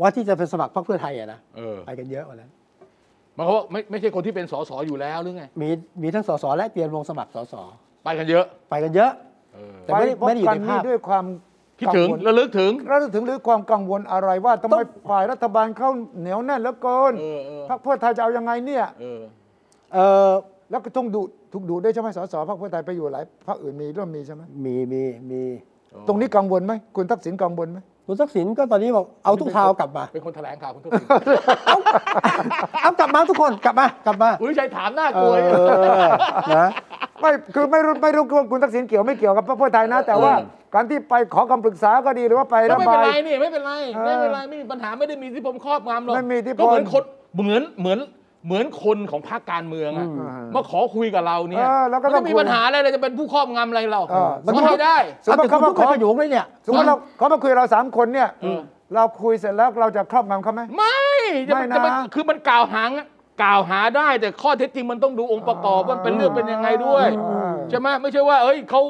ว่าที่จะเป็นสมัครพรรคเพื่อไทยอะนะ
เออ
ไปกันเยอะวันนั้น
หมันเขามว่าไม่ไม่ใช่คนที่เป็นสสอยู่แล้วหรือไง
มีมีทั้งสสและเตรียมลงสมัครสส
ไปกันเยอะ
ไปกันเยอะ
เออ
แต่ไม่ได้
พบ
ไม่ได้อยู่
กั
ใน
นี่
ภาพ
ด้วยความ
คิดถึง
กังวล
ระลึกถึง
รัฐถึงหรือความกังวลอะไรว่าทำ
ต้อ
ไม
ง
ฝ่ายรัฐบาลเข้าเหนียวแน่นแล้วกิน
เออเออ
พรรคเพื่อไทยจะเอายังไงเนี่ย
เออ
เออ
แล้วก็ต้องดูถูกดูด้วยใช่ไหมสสพรรคเพื่อไทยไปอยู่หลายพรรคอื่นมีร่วมมีใช่ไหม
มีมีมี
ตรงนี้กังวลไหมคุณทักษิณกังวลไหม
คุณทักษิณก็ตอนนี้บอกเอาทุกทาวกลับมา
เป็นคนแถลงข่าว คุณทุกคน
เอากลับมาทุกคนกลับมากลับมา
อุ้ยชัยถามหน้า
เอก
ลัวเนี่ย
อ นะ
ไม่คือไม่รู้ไม่รู้ว่าคุณทักษิณเกี่ยวไม่เกี่ยวกับพรรคเพื่อไทยนะ แต่ว่า
เออ
การที่ไปขอคำปรึกษาก็ดีหรือว่าไประ
ไม่เป็
บาน ย
ไรนี่ไม่เป็นไร
เออ
ไม่เป็นไรไม่มีปัญหาไม่ได้มีที่ผมครอบงำหรอก
ไม่มีอิทธิพล
ก็เหมือนคนเหมือนเหมือนเหมือนคนของพรรคการเมืองอะ
อืม
มาขอคุยกับเราเนี่ย
เออแล้วก็
มัน
ต้อ
จะ
ง
มี
คุย
ปัญหาอะไรเราจะเป็นผู้ครอบงำอะไรเรา
เออ
มันไม่ได้
สม
เอา
ม
แต่
ติ
คุ
เขา
ณ
มา
ทุก
ข
คน
อ
ขยุงเลยเนี่ย
สมมติเราเขามาคุยเราสามคนเนี่ย
เออ
เราคุยเสร็จแล้วเราจะครอบงำเขาไหม
ไม่จะ
ไม่นะ
จะเป็นคือมันกล่าวหางกล่าวหาได้ แต่ข้อเท็จจริงมันต้องดูองค์ประกอบว่าเป็นเรื่องเป็นยังไงด้วย
อ่า
ใช่ไหมไม่ใช่ว่า เอ้ยเขา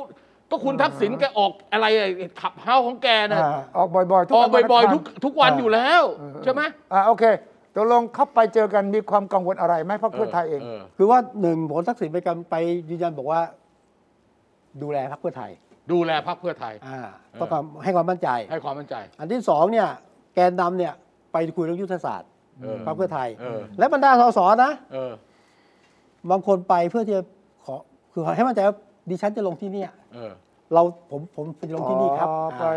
ก็คุณทักษิณแกออกอะไรไอ้ขับเฮ้าของแกนะ
อ่า
ออกบ่อยๆทุก
อ
วั
อน กบ่อย
วัน
ๆ
อังคาร
ทุกทุกวันอยู่แล้วใช่ไหม
อ่าโอเคตกลงเข้าไปเจอกันมีความกังวลอะไรไหมพรรคเพื่อไทยเอง
คือว่าหนึ่งผมทักษิณไปกันไปยืนยันบอกว่า ดูแลพรรคเพื่อไทย
ดูแลพรรคเพื่อไทย
อ่าต้องการให้ความมั่นใจ
ให้ความมั่นใจ
อันที่สองเนี่ย แกนนำเนี่ย ไปคุยเรื่องยุทธศาสตร์
เออ
พรรคเพื่อไทย
เออ
และบรรดาสสนะ
เออ
บางคนไปเพื่อที่จะขอคือให้มั่นใจว่าดิฉันจะลงที่เนี่ย
เออ
เราผมผมผมจะลงที่นี่ครับ
อ๋อไป
อ่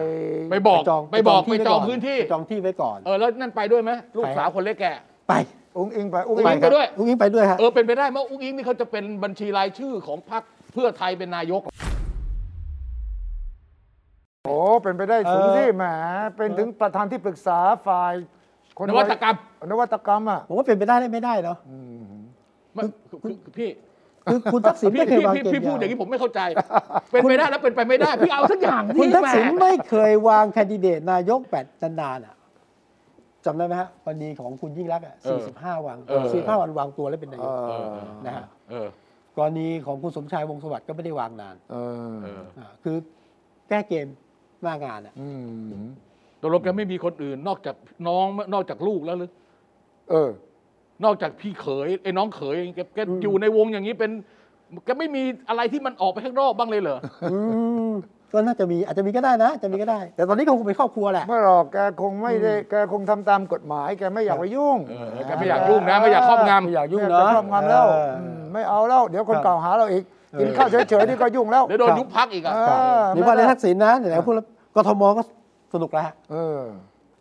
า
ไปบอกไปบอกไปจอง
ว้
พื้นที่
ไปจองที่ไว้ก่อน
เออแล้วนั่นไปด้วยไหมลูกสาวคนเล็กแก
ไป
อุ้งอิงไปอุ้ง
ไป
อิง
ครับ ด้วย
อุ้งอิงไปด้วยฮะ
เออเป็นไปได้ไหมอุ้งอิงนี่เขาจะเป็นบัญชีรายชื่อของพรรคเพื่อไทยเป็นนายก
โอ้เป็นไปได้สูง
เออ
ที่แหมเป็นถึงประธานที่ปรึกษาฝ่าย
นวัตกรรม
นวัตกรรมอ่ะ
ผมว่าเป็นไปได้ได้ไม่ได้เนาะ
ไม่คือคือคือพี่
คือคุณทักษิณ
พี่
ไม่เคย
พี่
วาง
พี่
เกม
พี่พูดอย่าง
นี้
นี้ผมไม่เข้าใจ เป็นไปได้แล้วเป็นไปไม่ได้พี่เอาสักอย่าง
คุณทักษิณ
แหม่
ไม่เคยวางแคนดิเดตนายกแปดนานๆอ่ะจำได้ไหมฮะกรณีของคุณยิ่งรักษณ์อ่ะ45 วัน
เออ
45 วันวางตัวแล้วเป็นนายก
เออ
นะฮะ
เออก
รณีของคุณสมชายวงศ์สวัสดิ์ก็ไม่ได้วางนาน
เออ
เออ
อ่าคือแก้เกมหน้างานอ่ะ
ม
ตกลงแกไม่มีคนอื่นนอกจากน้องนอกจากลูกแล้วหรือ
เออน
อกจากพี่เขยไอ้น้องเขยแกแกอยู่ในวงอย่างนี้เป็นแกไม่มีอะไรที่มันออกไปข้างนอกบ้างเลยเหรอ
อืมก็น่าจะมีอาจจะมีก็ได้นะอาจจะมีก็ได้ แต่ตอนนี้ก็คงเป็นครอบครัวแหละ
ไม่หรอกแกคงไม่ได้แกคงทำตามกฎหมายแกไม่อยากไปยุ่ง
เออแกไม่อยากยุ่งนะไม่อยากครอบงำ
ไม่อยากยุ่ง
ไม่
เนอะ
ครอบงำแล้ว
เอออื
มไม่เอาแล้ว เดี๋ยวคน
ครับ
กล่าวหาเราอีกกิน
เออ
ข้าวเฉยๆนี่ก็ยุ่งแล้ว
เดี๋ยวโดนยุบพักอีกอ่ะ
เอ
ครับ
อ
หรือว่าในทักษิณนะไหนๆพูดแล้วกทมก็สนุกแล้วฮะ
เออ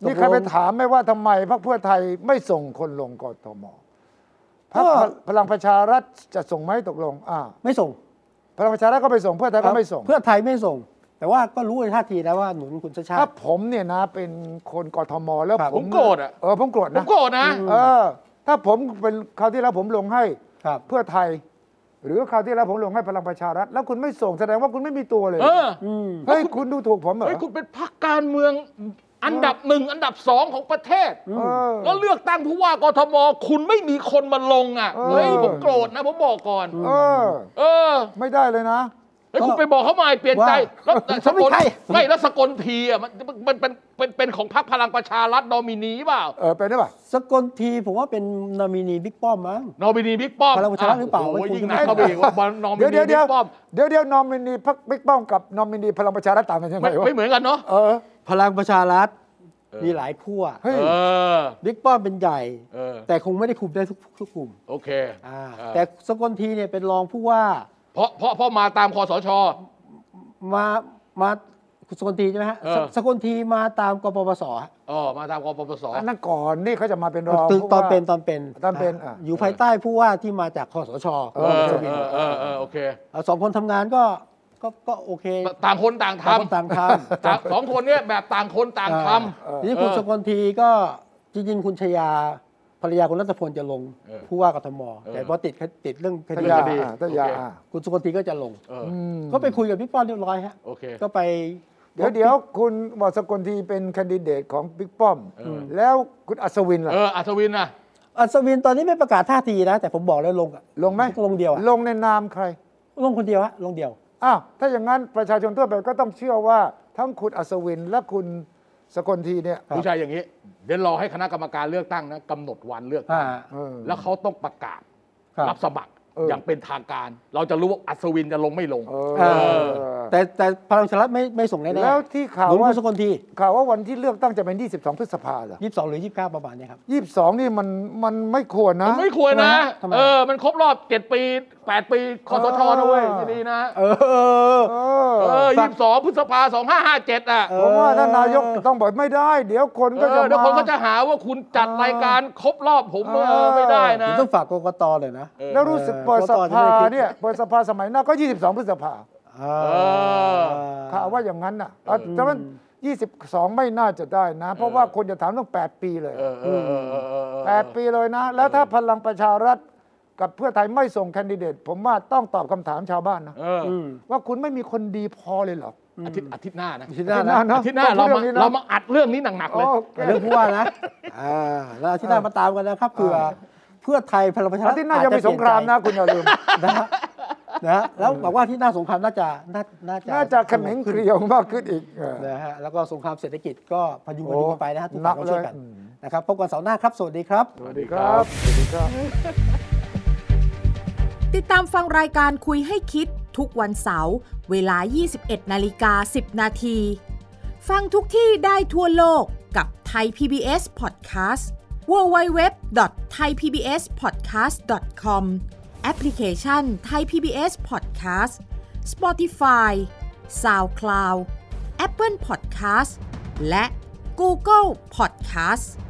ตกลง
นี่ใครไปถามไหม่ว่าทำไมพรรคเพื่อไทยไม่ส่งคนลงกทมพรรคพลังประชารัฐจะส่งไหมตกลงอ่า
ไม่ส่ง
พลังประชารัฐก็ไปส่งเพื่อไทยก็ไม่ส่ง
เพื่อไทยไม่ส่ง แต่ว่าก็รู้ในท่าทีนะว่าหนุนคุณชาติชา
ถ้า
ติ
ผมเนี่ยนะเป็นคนกทมแล้ว
ครับ
ผมโกรธอะ
เออผมโกรธ
ผม
นะ
โกรธนะ
เออ ถ้าผมเป็นคราวที่แล้วผมลงให้
ครับ
เพื่อไทย หรือคราวที่แล้วผมลงให้พลังประชารัฐ แล้วคุณไม่ส่งแสดงว่าคุณไม่มีตัวเลย
เออ
อืม
เฮ้ยคุณดูถูกผมเหรอ
เฮ้ยคุณเป็นพรรคการเมืองอันดับหนึ่งอันดับสองของประเทศ
เออ
แล้วเลือกตั้งผู้ว่ากทม คุณไม่มีคนมาลงอ่ะ
เออ
เฮ้ยผมโกรธนะผมบอกก่อน
เออ
เออ
ไม่ได้เลยนะ
เฮ้ยคุณไปบอกเขาใหม่เปลี่ยนใจ
ว่า
แล้วแต่สกล
ไม่ใช่
ไม่แล้วสกลทีอ่ะมันมันเป็นเป็นเป็นของพรรคพลังประชารัฐนอมินีเปล่า
เออเป็นได้ป่ะ
สกลทีผมว่าเป็นนอมินีบิ๊กป้อมมั้ง
นอมินีบิ๊กป้อม
พลังประชารัฐหรือเปล่า
โอ้โ
ไม่คุย
ยิ่ง
กัน
หนักเข้าไปอีกว่านอมิ
เดี๋ยว
นี
เดี๋ยว
บิ๊
เดี๋ยว
กป้อม
เดี๋ยวเดี๋ยวนอมินีพรรคบิ๊กป้อมกับนอมินีพลังประชารัฐต่างกันยังไง
ไม่
วะ
ไม่เหมือนกันเนาะ
เออ
พลังประชารัฐมีหลายขั้ว
เฮ้ย
เออ
บิ๊กป้อมเป็นใหญ่
เออ
แต่คงไม่ได้คุมได้ทุกทุกกลุ่ม
โอเค
อ่า
เออ
แต่สกลทีเนี่ยเป็นรองผู้ว่า
เพราะเพราะเพราะมาตามคอสช
มามาสกลทีใช่ไหมฮะ
เออ
สกลทีมาตามกปปสฮะ
อ๋อมาตามกปปส
อันนั้นก่อนนี่เขาจะมาเป็นรอง
ตึก
ผู้
ตอน
ว่า
เป็นตอนเป็น
ตอนเป็นะ อ่ะ
อยู่ภายใต้ผู้ว่าที่มาจากคอสช
เอ
ร
อ
มสวิ
เอนอเออเออโอเค
เอาสองคนทำงานก็ก็ก็โอเค
ต่างคนต่างท
ต่างคนต่างท
ำต่างสองคนเนี่ยแบบต่างคน
ำ
ต่างท
อ่าทีนี้คุณสกลทีก็จริงๆคุณชยาภรรยาคุณรัตพลจะลง
เออ
ผู้ว่ากทม
เออ
แต่พอติดติดเรื่องค
ท
ดี
ยา
คดี
อ่ะทยาอ่ะ
คุณสกลทีก็จะลง
ำเออ
ก็ไปคุยกับพี่ป้อนเรียบร้อยฮะ
โอเค
ก็ไป
เดี๋ยวเดี๋ยวคุณบอสกลทีเป็นแคนดิเดตของบิ๊กป้อม
เออ
แล้วคุณอัศวินล่ะ
เอออัศวินนะ
อัศวินตอนนี้ไม่ประกาศท่าทีนะ แต่ผมบอกแล้วลงอะ
ลงไหม
ลงเดียวอะ
ลงในนามใคร
ลงคนเดียวฮะลงเดียว
อ้าวถ้าอย่างนั้นประชาชนทั่วไปก็ต้องเชื่อว่าทั้งคุณอัศวินและคุณสกลทีเนี่ย
ครับ
ผู้ชายอย่างนี้ เดี๋ยวรอให้คณะกรรมการเลือกตั้งนะกำหนดวันเลือกตั้
อ่า
ง
เออ
แล้วเขาต้องประกาศ
ครับ
รับสมัคร
เออ
อ
อ
ย่างเป็นทางการ เราจะรู้ว่าอัศวินจะลงไม่ลง
เออ
เออ แต่แต่พลังประชารัฐไม่ไม่ส่งแน่ๆ
แล้วที่ข่าว
หนุน
ว่า
คุณสกลที
ข่าวว่าวันที่เลือกตั้งจะเป็น 22 พฤษภาเหรอ
ยี่สิบสองหรือยี่สิบเก้าประมาณเนี้ครับ
22 นี่มันมันไม่ควรนะ
ไม่ควรนะ
ทำไม
เออ มันครบรอบเจ็ดปีแปดปีคอสชนะเว้ย
เออ
ดีนะ
เออ
เอ
เอ
อ
อยี่สิบสองพฤษภาสองห้าห้าเจ็ดอ่ะ
เอ
ผมว่าท่านนายกต้องบอกไม่ได้ เดี๋ยวคน
เอ
ก็จะ
อเดี๋ยวคนก็จะ
มา
หาว่าคุณจัดรายการครบรอบผมเออ
เออ
ไม่ได้นะ
ต้องฝากกกตเลยนะ
เออ
แล้วรู้สึกเปิดส
เออก็ต่
ภา
อจะได้คิด
เนี่ยเปิดสภาสมัยหน้าก็ 22 พฤษภา
อ
ข่าวว่าอย่างนั้นน่ะแต่ว่า22 ไม่น่าจะได้นะ เพราะว่าคนจะถามต้อง 8 ปีเลย
เออเออเออเออเออเออ
8 ปีเลยนะ แล้วถ้าพลังประชารัฐกับเพื่อไทยไม่ส่งแคนดิเดต ผมว่าต้องตอบคำถามชาวบ้านนะ
เออ
อืม
ว่าคุณไม่มีคนดีพอเลยเหรอ
อาทิตย์อาทิตย์หน้านะ
อาทิตย์หน้านะ
ะ
อาทิตย์หน้าเรามา
อง
เรามาอัดเรื่องนี้หนักๆเลย
โอเค
เรื่องผู้ว่านะอ่าแล้วอาที่หน้ามาตามกันนะครับเผื่อเพื่อไทยพลังประชารั
อา
ฐ
ทิตย์หน้าจะมีสงครามนะคุณอย่าลืม
นะฮะนะฮะแล้วบอกว่าอาที่หน้าสงครามน่าจะน่าน่าจะ
น่าจะเขมิงเกลียวมากขึ้นอีกเออ
นะฮะแล้วก็สงครามเศรษฐกิจก็พยุงกัน
โอ้
ดีกันไปนะฮะทุกฝ่าย
หนั
เรา
กเลย
ช่วยกัน
อืม
นะครับพบกันเสาร์หน้าครับ สวัสดีครับ
สวัสดีครับ สวัสดีครับ
ติดตามฟังรายการคุยให้คิดทุกวันเสาร์เวลา 21 นาฬิกา 10 นาที ฟังทุกที่ได้ทั่วโลกกับ t h a i PBS Podcast www.thaipbspodcast.com แอปพลิเคชันไทย PBS Podcast Spotify SoundCloud Apple Podcast และ Google Podcast